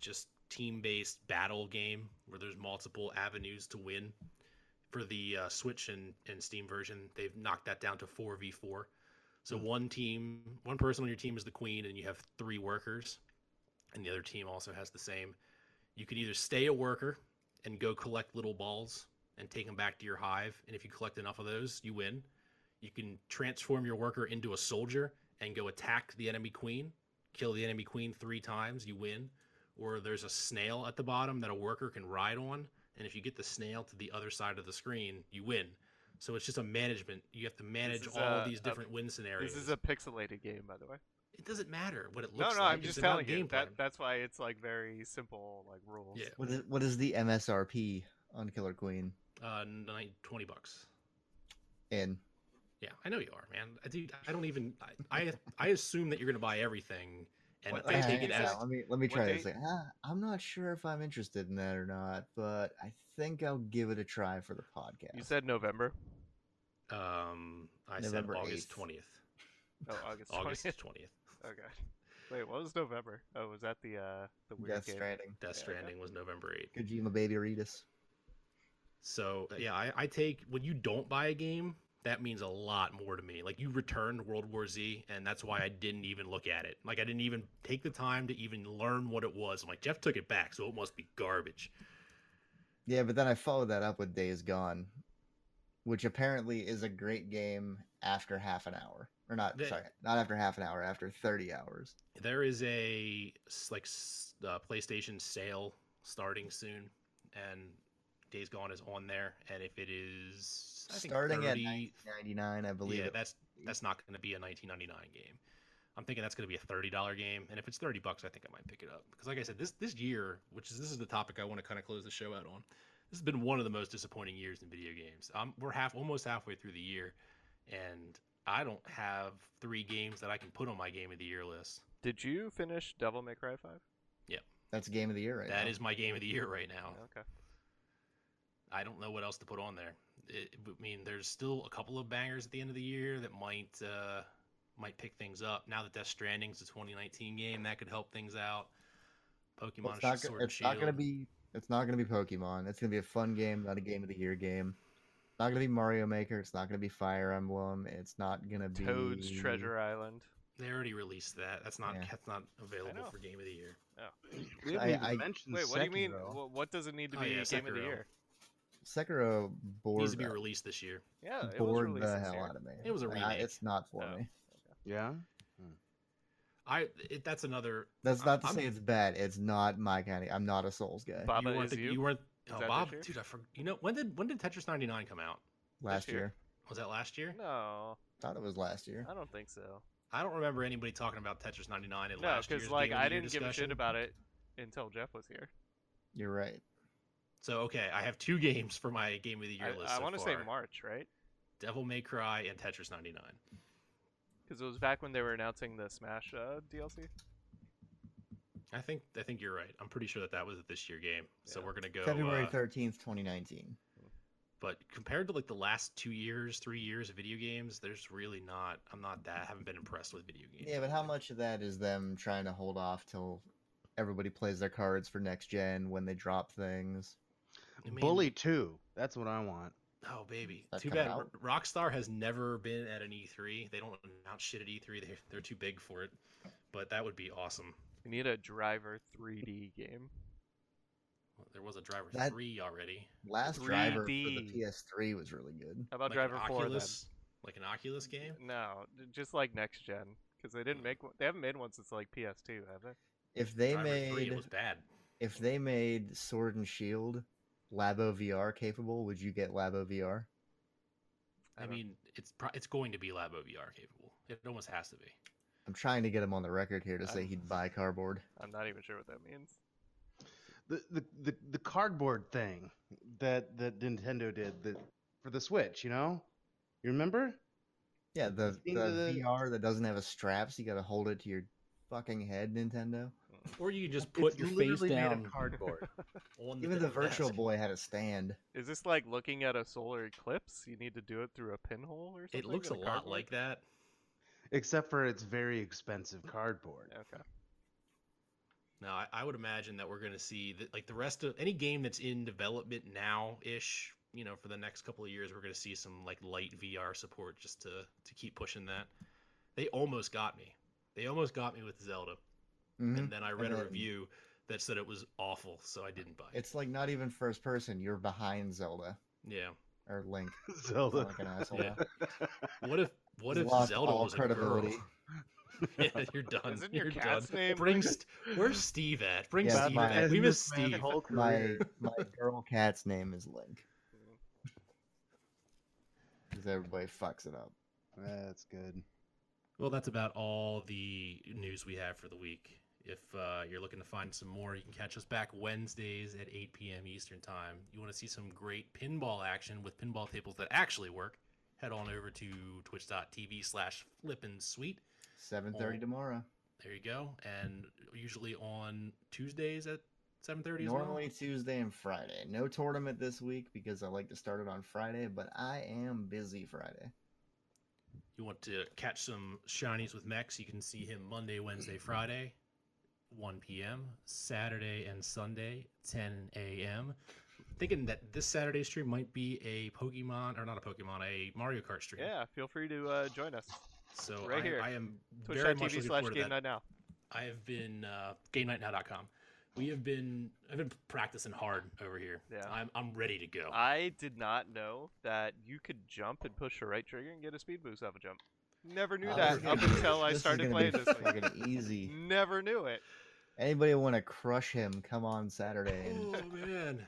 Speaker 1: just team based battle game where there's multiple avenues to win. For the uh, Switch and, and Steam version, they've knocked that down to four v four. So one team, one person on your team is the queen, and you have three workers, and the other team also has the same. You can either stay a worker and go collect little balls and take them back to your hive, and if you collect enough of those, you win. You can transform your worker into a soldier and go attack the enemy queen, kill the enemy queen three times, you win. Or there's a snail at the bottom that a worker can ride on, and if you get the snail to the other side of the screen, you win. So it's just a management. You have to manage
Speaker 2: is
Speaker 1: all of
Speaker 2: a-
Speaker 1: these
Speaker 2: a-
Speaker 1: different win scenarios.
Speaker 2: this is a pixelated game, by the way.
Speaker 1: It doesn't matter what it
Speaker 2: No,
Speaker 1: looks
Speaker 2: no,
Speaker 1: like.
Speaker 2: I'm
Speaker 1: it's
Speaker 2: just
Speaker 1: about
Speaker 2: telling you.
Speaker 1: game
Speaker 2: That,
Speaker 1: plan.
Speaker 2: that's why it's like very simple, like rules.
Speaker 1: Yeah.
Speaker 4: What is what is the MSRP on Killer Queen?
Speaker 1: Uh, nine, 20 bucks.
Speaker 4: In
Speaker 1: Yeah, I know you are, man. I, dude, I don't even. I, I I assume that you're gonna buy everything, and
Speaker 2: What
Speaker 1: I
Speaker 2: date
Speaker 1: take
Speaker 2: is
Speaker 1: it
Speaker 2: it?
Speaker 1: as
Speaker 4: Yeah, Uh, let me let me
Speaker 2: what
Speaker 4: try this.
Speaker 2: date-
Speaker 4: Like, ah, I'm not sure if I'm interested in that or not, but I think I'll give it a try for the podcast.
Speaker 2: You said
Speaker 4: *laughs*
Speaker 2: November.
Speaker 1: um. I
Speaker 4: November
Speaker 1: said August
Speaker 4: 8th.
Speaker 1: twentieth.
Speaker 2: Oh, August.
Speaker 1: August
Speaker 2: 20th. *laughs*
Speaker 1: twentieth.
Speaker 2: Okay. Wait, what was November? Oh, was that the uh the weird
Speaker 4: Death
Speaker 2: game?
Speaker 4: Stranding.
Speaker 1: Death
Speaker 2: Yeah.
Speaker 1: Stranding was November eighth.
Speaker 4: Kojima baby read us.
Speaker 1: So uh, yeah, I, I take when you don't buy a game, that means a lot more to me. Like you returned World War Z, and that's why I didn't even look at it. Like I didn't even take the time to even learn what it was. I'm like Jeff took it back, so it must be garbage.
Speaker 4: Yeah, but then I followed that up with Days Gone, which apparently is a great game after half an hour, or not?
Speaker 1: The-
Speaker 4: sorry, not after half an hour, after thirty hours.
Speaker 1: There is a s- like s- uh, PlayStation sale starting soon, and Days Gone is on there. And if it is I think
Speaker 4: Starting at
Speaker 1: 30
Speaker 4: 1999, I believe.
Speaker 1: yeah,
Speaker 4: it-
Speaker 1: that's that's not going to be a 19.99 game. I'm thinking that's going to be a thirty dollar game, and if it's thirty bucks, I think I might pick it up because, like I said, this this year, which is this is the topic I want to kind of close the show out on. This has been one of the most disappointing years in video games. Um, we're half almost halfway through the year, and I don't have three games that I can put on my game of the year list.
Speaker 2: Did you finish Devil May Cry Five?
Speaker 4: that's game of the year right
Speaker 1: That
Speaker 4: now.
Speaker 1: is my game of the year right now.
Speaker 2: Okay.
Speaker 1: I don't know what else to put on there. It, I mean, there's still a couple of bangers at the end of the year that might uh, might pick things up. Now that Death Stranding's a 2019 game, that could help things out. Pokemon
Speaker 4: Well, it's not,
Speaker 1: Sword
Speaker 4: go-
Speaker 1: and
Speaker 4: it's not gonna
Speaker 1: Shield.
Speaker 4: be it's not gonna be Pokemon. It's gonna be a fun game, not a game of the year game. It's not gonna be Mario Maker. It's not gonna be Fire Emblem. It's not gonna be
Speaker 2: Toad's Treasure Island.
Speaker 1: They already released that. That's not
Speaker 4: Yeah.
Speaker 1: that's not available
Speaker 2: know.
Speaker 1: for game of the year.
Speaker 3: We haven't
Speaker 4: I-
Speaker 3: even
Speaker 4: I-
Speaker 3: mentioned
Speaker 2: Wait, what do you mean?
Speaker 3: Sekiro.
Speaker 2: What, what does it need to
Speaker 1: Oh,
Speaker 2: be
Speaker 1: yeah,
Speaker 2: game of the
Speaker 1: Sekiro.
Speaker 2: year?
Speaker 4: Sekiro bored,
Speaker 1: Needs to be released this year.
Speaker 2: Yeah, it was
Speaker 4: bored
Speaker 2: released
Speaker 4: the
Speaker 2: this
Speaker 4: hell
Speaker 2: year.
Speaker 4: out of me.
Speaker 1: It was a
Speaker 4: And I-
Speaker 1: remake.
Speaker 4: it's not for
Speaker 2: Oh.
Speaker 4: me.
Speaker 3: Yeah.
Speaker 1: I it, that's another.
Speaker 4: That's
Speaker 1: I-
Speaker 4: not to
Speaker 1: I'm-
Speaker 4: say it's bad. It's not my kind. Of, I'm not a Souls guy.
Speaker 2: Baba
Speaker 1: you weren't
Speaker 2: is
Speaker 1: the-
Speaker 2: you.
Speaker 1: weren't.
Speaker 2: Is
Speaker 1: Oh,
Speaker 2: that this
Speaker 1: Bob,
Speaker 2: year?
Speaker 1: dude, I forgot. You know when did when did Tetris 99 come out?
Speaker 4: Last
Speaker 2: year.
Speaker 4: year.
Speaker 1: Was that last year?
Speaker 2: No,
Speaker 4: thought it was last year.
Speaker 2: I don't think so.
Speaker 1: I don't remember anybody talking about Tetris 99 in
Speaker 2: No,
Speaker 1: last year's
Speaker 2: because like
Speaker 1: game of the
Speaker 2: I
Speaker 1: year
Speaker 2: didn't give a
Speaker 1: discussion.
Speaker 2: shit about it until Jeff was here.
Speaker 4: You're right.
Speaker 1: So okay, I have two *laughs* games for my game of the year list.
Speaker 2: I, I
Speaker 1: so
Speaker 2: want to say
Speaker 1: far.
Speaker 2: March, right?
Speaker 1: Devil May Cry and Tetris 99.
Speaker 2: Because it was back when they were announcing the Smash uh, DLC.
Speaker 1: I think I think you're right. I'm pretty sure that that was a this year game. So
Speaker 2: Yeah.
Speaker 1: we're gonna go
Speaker 4: February
Speaker 1: uh,
Speaker 4: 13th, 2019.
Speaker 1: but compared to like the last two years, three years of video games, there's really not. I'm not that. haven't been impressed with video games.
Speaker 4: Yeah, but how
Speaker 1: lately.
Speaker 4: much of that is them trying to hold off till everybody plays their cards for next gen when they drop things?
Speaker 1: I mean,
Speaker 3: Bully two. That's what I want.
Speaker 1: Oh baby,
Speaker 4: That
Speaker 1: too
Speaker 4: coming
Speaker 1: bad.
Speaker 4: out?
Speaker 1: Ro- Rockstar has never been at an E3. They don't announce shit at E3. They they're too big for it. But that would be awesome.
Speaker 2: We need a driver 3D game.
Speaker 1: There was a Driver
Speaker 4: That-
Speaker 1: Three already.
Speaker 4: Last driver for the
Speaker 2: 3D.
Speaker 4: PS3 was really good.
Speaker 2: How about
Speaker 1: Like an
Speaker 2: Driver 4 then?
Speaker 1: Oculus, like an Oculus game.
Speaker 2: No, d- just like next gen, because they didn't make one. They haven't made one since like PS2, have they?
Speaker 4: If they
Speaker 1: Driver Three
Speaker 4: made
Speaker 1: it was bad.
Speaker 4: if they made Sword and Shield Labo VR capable, would you get Labo VR?
Speaker 1: I,
Speaker 2: don't-
Speaker 1: mean, it's pro- it's going to be Labo VR capable. It almost has to be.
Speaker 4: I'm trying to get him on the record here to say
Speaker 2: I'm-
Speaker 4: he'd buy cardboard.
Speaker 2: I'm not even sure what that means.
Speaker 3: The the the, the cardboard thing that that Nintendo did that for the Switch. You know, you remember?
Speaker 4: Yeah, the, the
Speaker 3: Into the-
Speaker 4: VR that doesn't have a straps, you got to hold it to your fucking head, Nintendo.
Speaker 1: Or you could just put
Speaker 3: It's
Speaker 1: your face
Speaker 3: literally made of
Speaker 1: down
Speaker 3: cardboard.
Speaker 1: on the
Speaker 4: Even the
Speaker 1: desk.
Speaker 4: Virtual Boy had a stand.
Speaker 2: Is this like looking at a solar eclipse? You need to do it through a pinhole or something?
Speaker 1: It looks a
Speaker 2: in
Speaker 1: lot
Speaker 2: cardboard?
Speaker 1: like that.
Speaker 3: Except for it's very expensive cardboard.
Speaker 2: Okay.
Speaker 1: No, I, I would imagine that we're going to see that, like the rest of any game that's in development now ish. You know, for the next couple of years, we're going to see some like light VR support just to to keep pushing that. They almost got me. They almost got me with Zelda,
Speaker 4: Mhm.
Speaker 1: and then I read a
Speaker 4: then-
Speaker 1: review that said it was awful, so I didn't buy it.
Speaker 4: It's like not even first person. You're behind Zelda
Speaker 1: yeah.
Speaker 4: or Link.
Speaker 3: *laughs* Zelda.
Speaker 4: Like an asshole.
Speaker 1: Yeah. What if what
Speaker 4: He's
Speaker 1: if
Speaker 4: lost
Speaker 1: Zelda
Speaker 4: all
Speaker 1: was credibility.
Speaker 4: credibility.
Speaker 1: *laughs* yeah, you're done.
Speaker 2: Isn't your
Speaker 1: you're
Speaker 2: cat's
Speaker 1: done.
Speaker 2: name-
Speaker 1: Bring st- where's Steve at? Bring
Speaker 4: Yeah,
Speaker 1: Steve
Speaker 4: my-
Speaker 1: back. We miss Steve.
Speaker 4: My my girl cat's name is Link. Because everybody fucks it up.
Speaker 3: That's good.
Speaker 1: Well, that's about all the news we have for the week. If uh, you're looking to find some more, you can catch us back Wednesdays at 8 p.m. Eastern Time. You want to see some great pinball action with pinball tables that actually work? Head on over to twitch.tv slash flippin' sweet.
Speaker 4: Seven thirty
Speaker 1: Oh.
Speaker 4: tomorrow.
Speaker 1: There you go. And usually on Tuesdays at 7.30 as well.
Speaker 4: Normally Tuesday and Friday. No tournament this week because I like to start it on Friday, but I am busy Friday.
Speaker 1: You want to catch some shinies with Max? You can see him Monday, Wednesday,
Speaker 2: Mm-hmm.
Speaker 1: Friday, 1 p.m., Saturday and Sunday, 10 a.m. Thinking that this Saturday stream might be a Pokemon, or not a Pokemon, a Mario Kart stream.
Speaker 2: Yeah, feel free to uh, join us.
Speaker 1: So
Speaker 2: right
Speaker 1: I,
Speaker 2: here.
Speaker 1: I am very much
Speaker 2: Twitch.tv
Speaker 1: looking
Speaker 2: slash
Speaker 1: forward to
Speaker 2: game
Speaker 1: that.
Speaker 2: night now.
Speaker 1: I have been uh, GameNightNow.com. We have been. I've been practicing hard over here.
Speaker 2: Yeah. Uh,
Speaker 1: I'm, I'm ready to go.
Speaker 2: I did not know that you could jump and push the right trigger and get a speed boost off a jump. Never knew
Speaker 4: Oh, this
Speaker 2: that
Speaker 4: is
Speaker 2: up
Speaker 4: gonna be-
Speaker 2: until I
Speaker 4: *laughs* this is
Speaker 2: started
Speaker 4: gonna be
Speaker 2: playing this week.
Speaker 4: Fucking easy.
Speaker 2: Never knew it.
Speaker 4: Anybody want to crush him? Come on Saturday, and,
Speaker 1: oh man.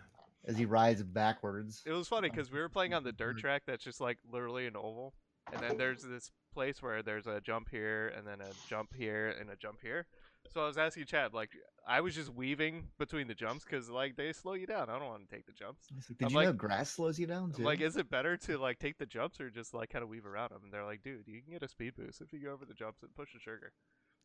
Speaker 4: as he rides backwards.
Speaker 2: It was funny
Speaker 4: Um,
Speaker 2: because we were playing on the dirt
Speaker 4: or-
Speaker 2: track that's just like literally an oval, and then there's this place where there's a jump here, and then a jump here, and a jump here. So I was asking Chad, like, I was just weaving between the jumps because like they slow you down. I don't want to take the jumps.
Speaker 4: It's like, Did
Speaker 2: I'm
Speaker 4: you know
Speaker 2: like-
Speaker 4: grass slows you down
Speaker 2: I'm
Speaker 4: too?
Speaker 2: like, is it better to like take the jumps or just like kind of weave around them? And they're like, dude, you can get a speed boost if you go over the jumps and push the trigger.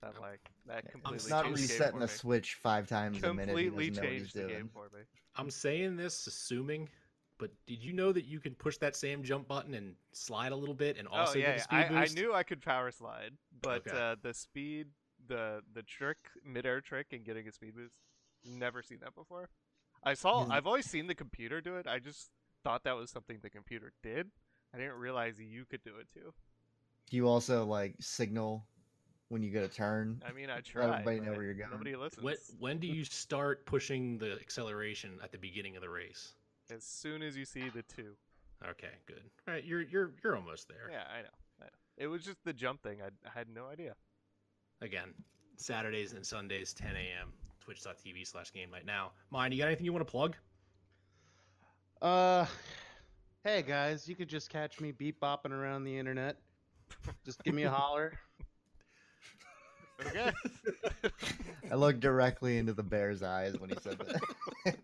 Speaker 2: I'm
Speaker 1: I'm-
Speaker 2: like, that completely
Speaker 4: it's
Speaker 1: I'm
Speaker 4: not
Speaker 2: changed the game
Speaker 4: resetting
Speaker 2: for
Speaker 4: the
Speaker 2: me.
Speaker 4: switch five times a minute. He
Speaker 2: Completely
Speaker 4: doesn't know what he's
Speaker 2: changed the
Speaker 4: doing.
Speaker 2: game for me.
Speaker 1: I'm saying this assuming, but did you know that you can push that same jump button and slide a little bit and also
Speaker 2: oh yeah,
Speaker 1: get a speed
Speaker 2: I,
Speaker 1: boost?
Speaker 2: I knew I could power slide, but
Speaker 1: Okay.
Speaker 2: uh, the speed, the the trick, midair trick, and getting a speed boost, never seen that before. I saw.
Speaker 4: Isn't-
Speaker 2: I've always seen the computer do it. I just thought that was something the computer did. I didn't realize you could do it too.
Speaker 4: Do you also like signal when you get
Speaker 1: *laughs*
Speaker 4: a turn?
Speaker 2: I mean, I
Speaker 4: Let
Speaker 2: tried.
Speaker 4: everybody know
Speaker 2: but
Speaker 4: where you're going.
Speaker 2: Nobody listens. *laughs*
Speaker 1: When when do you start pushing the acceleration at the beginning of the race?
Speaker 2: As soon as you see the two.
Speaker 1: Okay, good. All right, you're you're you're almost there.
Speaker 2: Yeah, I know. I know. It was just the jump thing. I, I had no idea.
Speaker 1: Again, Saturdays and Sundays, 10 a.m. Twitch.tv slash Game Night Now. Mine, you got anything you want to plug?
Speaker 3: Uh, hey guys, you could just catch me beat bopping around the internet. Just give me a holler.
Speaker 2: Okay.
Speaker 4: I looked
Speaker 1: *laughs*
Speaker 4: directly into the bear's eyes when he said that.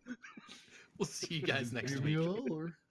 Speaker 1: We'll see you guys next
Speaker 4: *laughs* Give
Speaker 1: week.
Speaker 4: me a holler.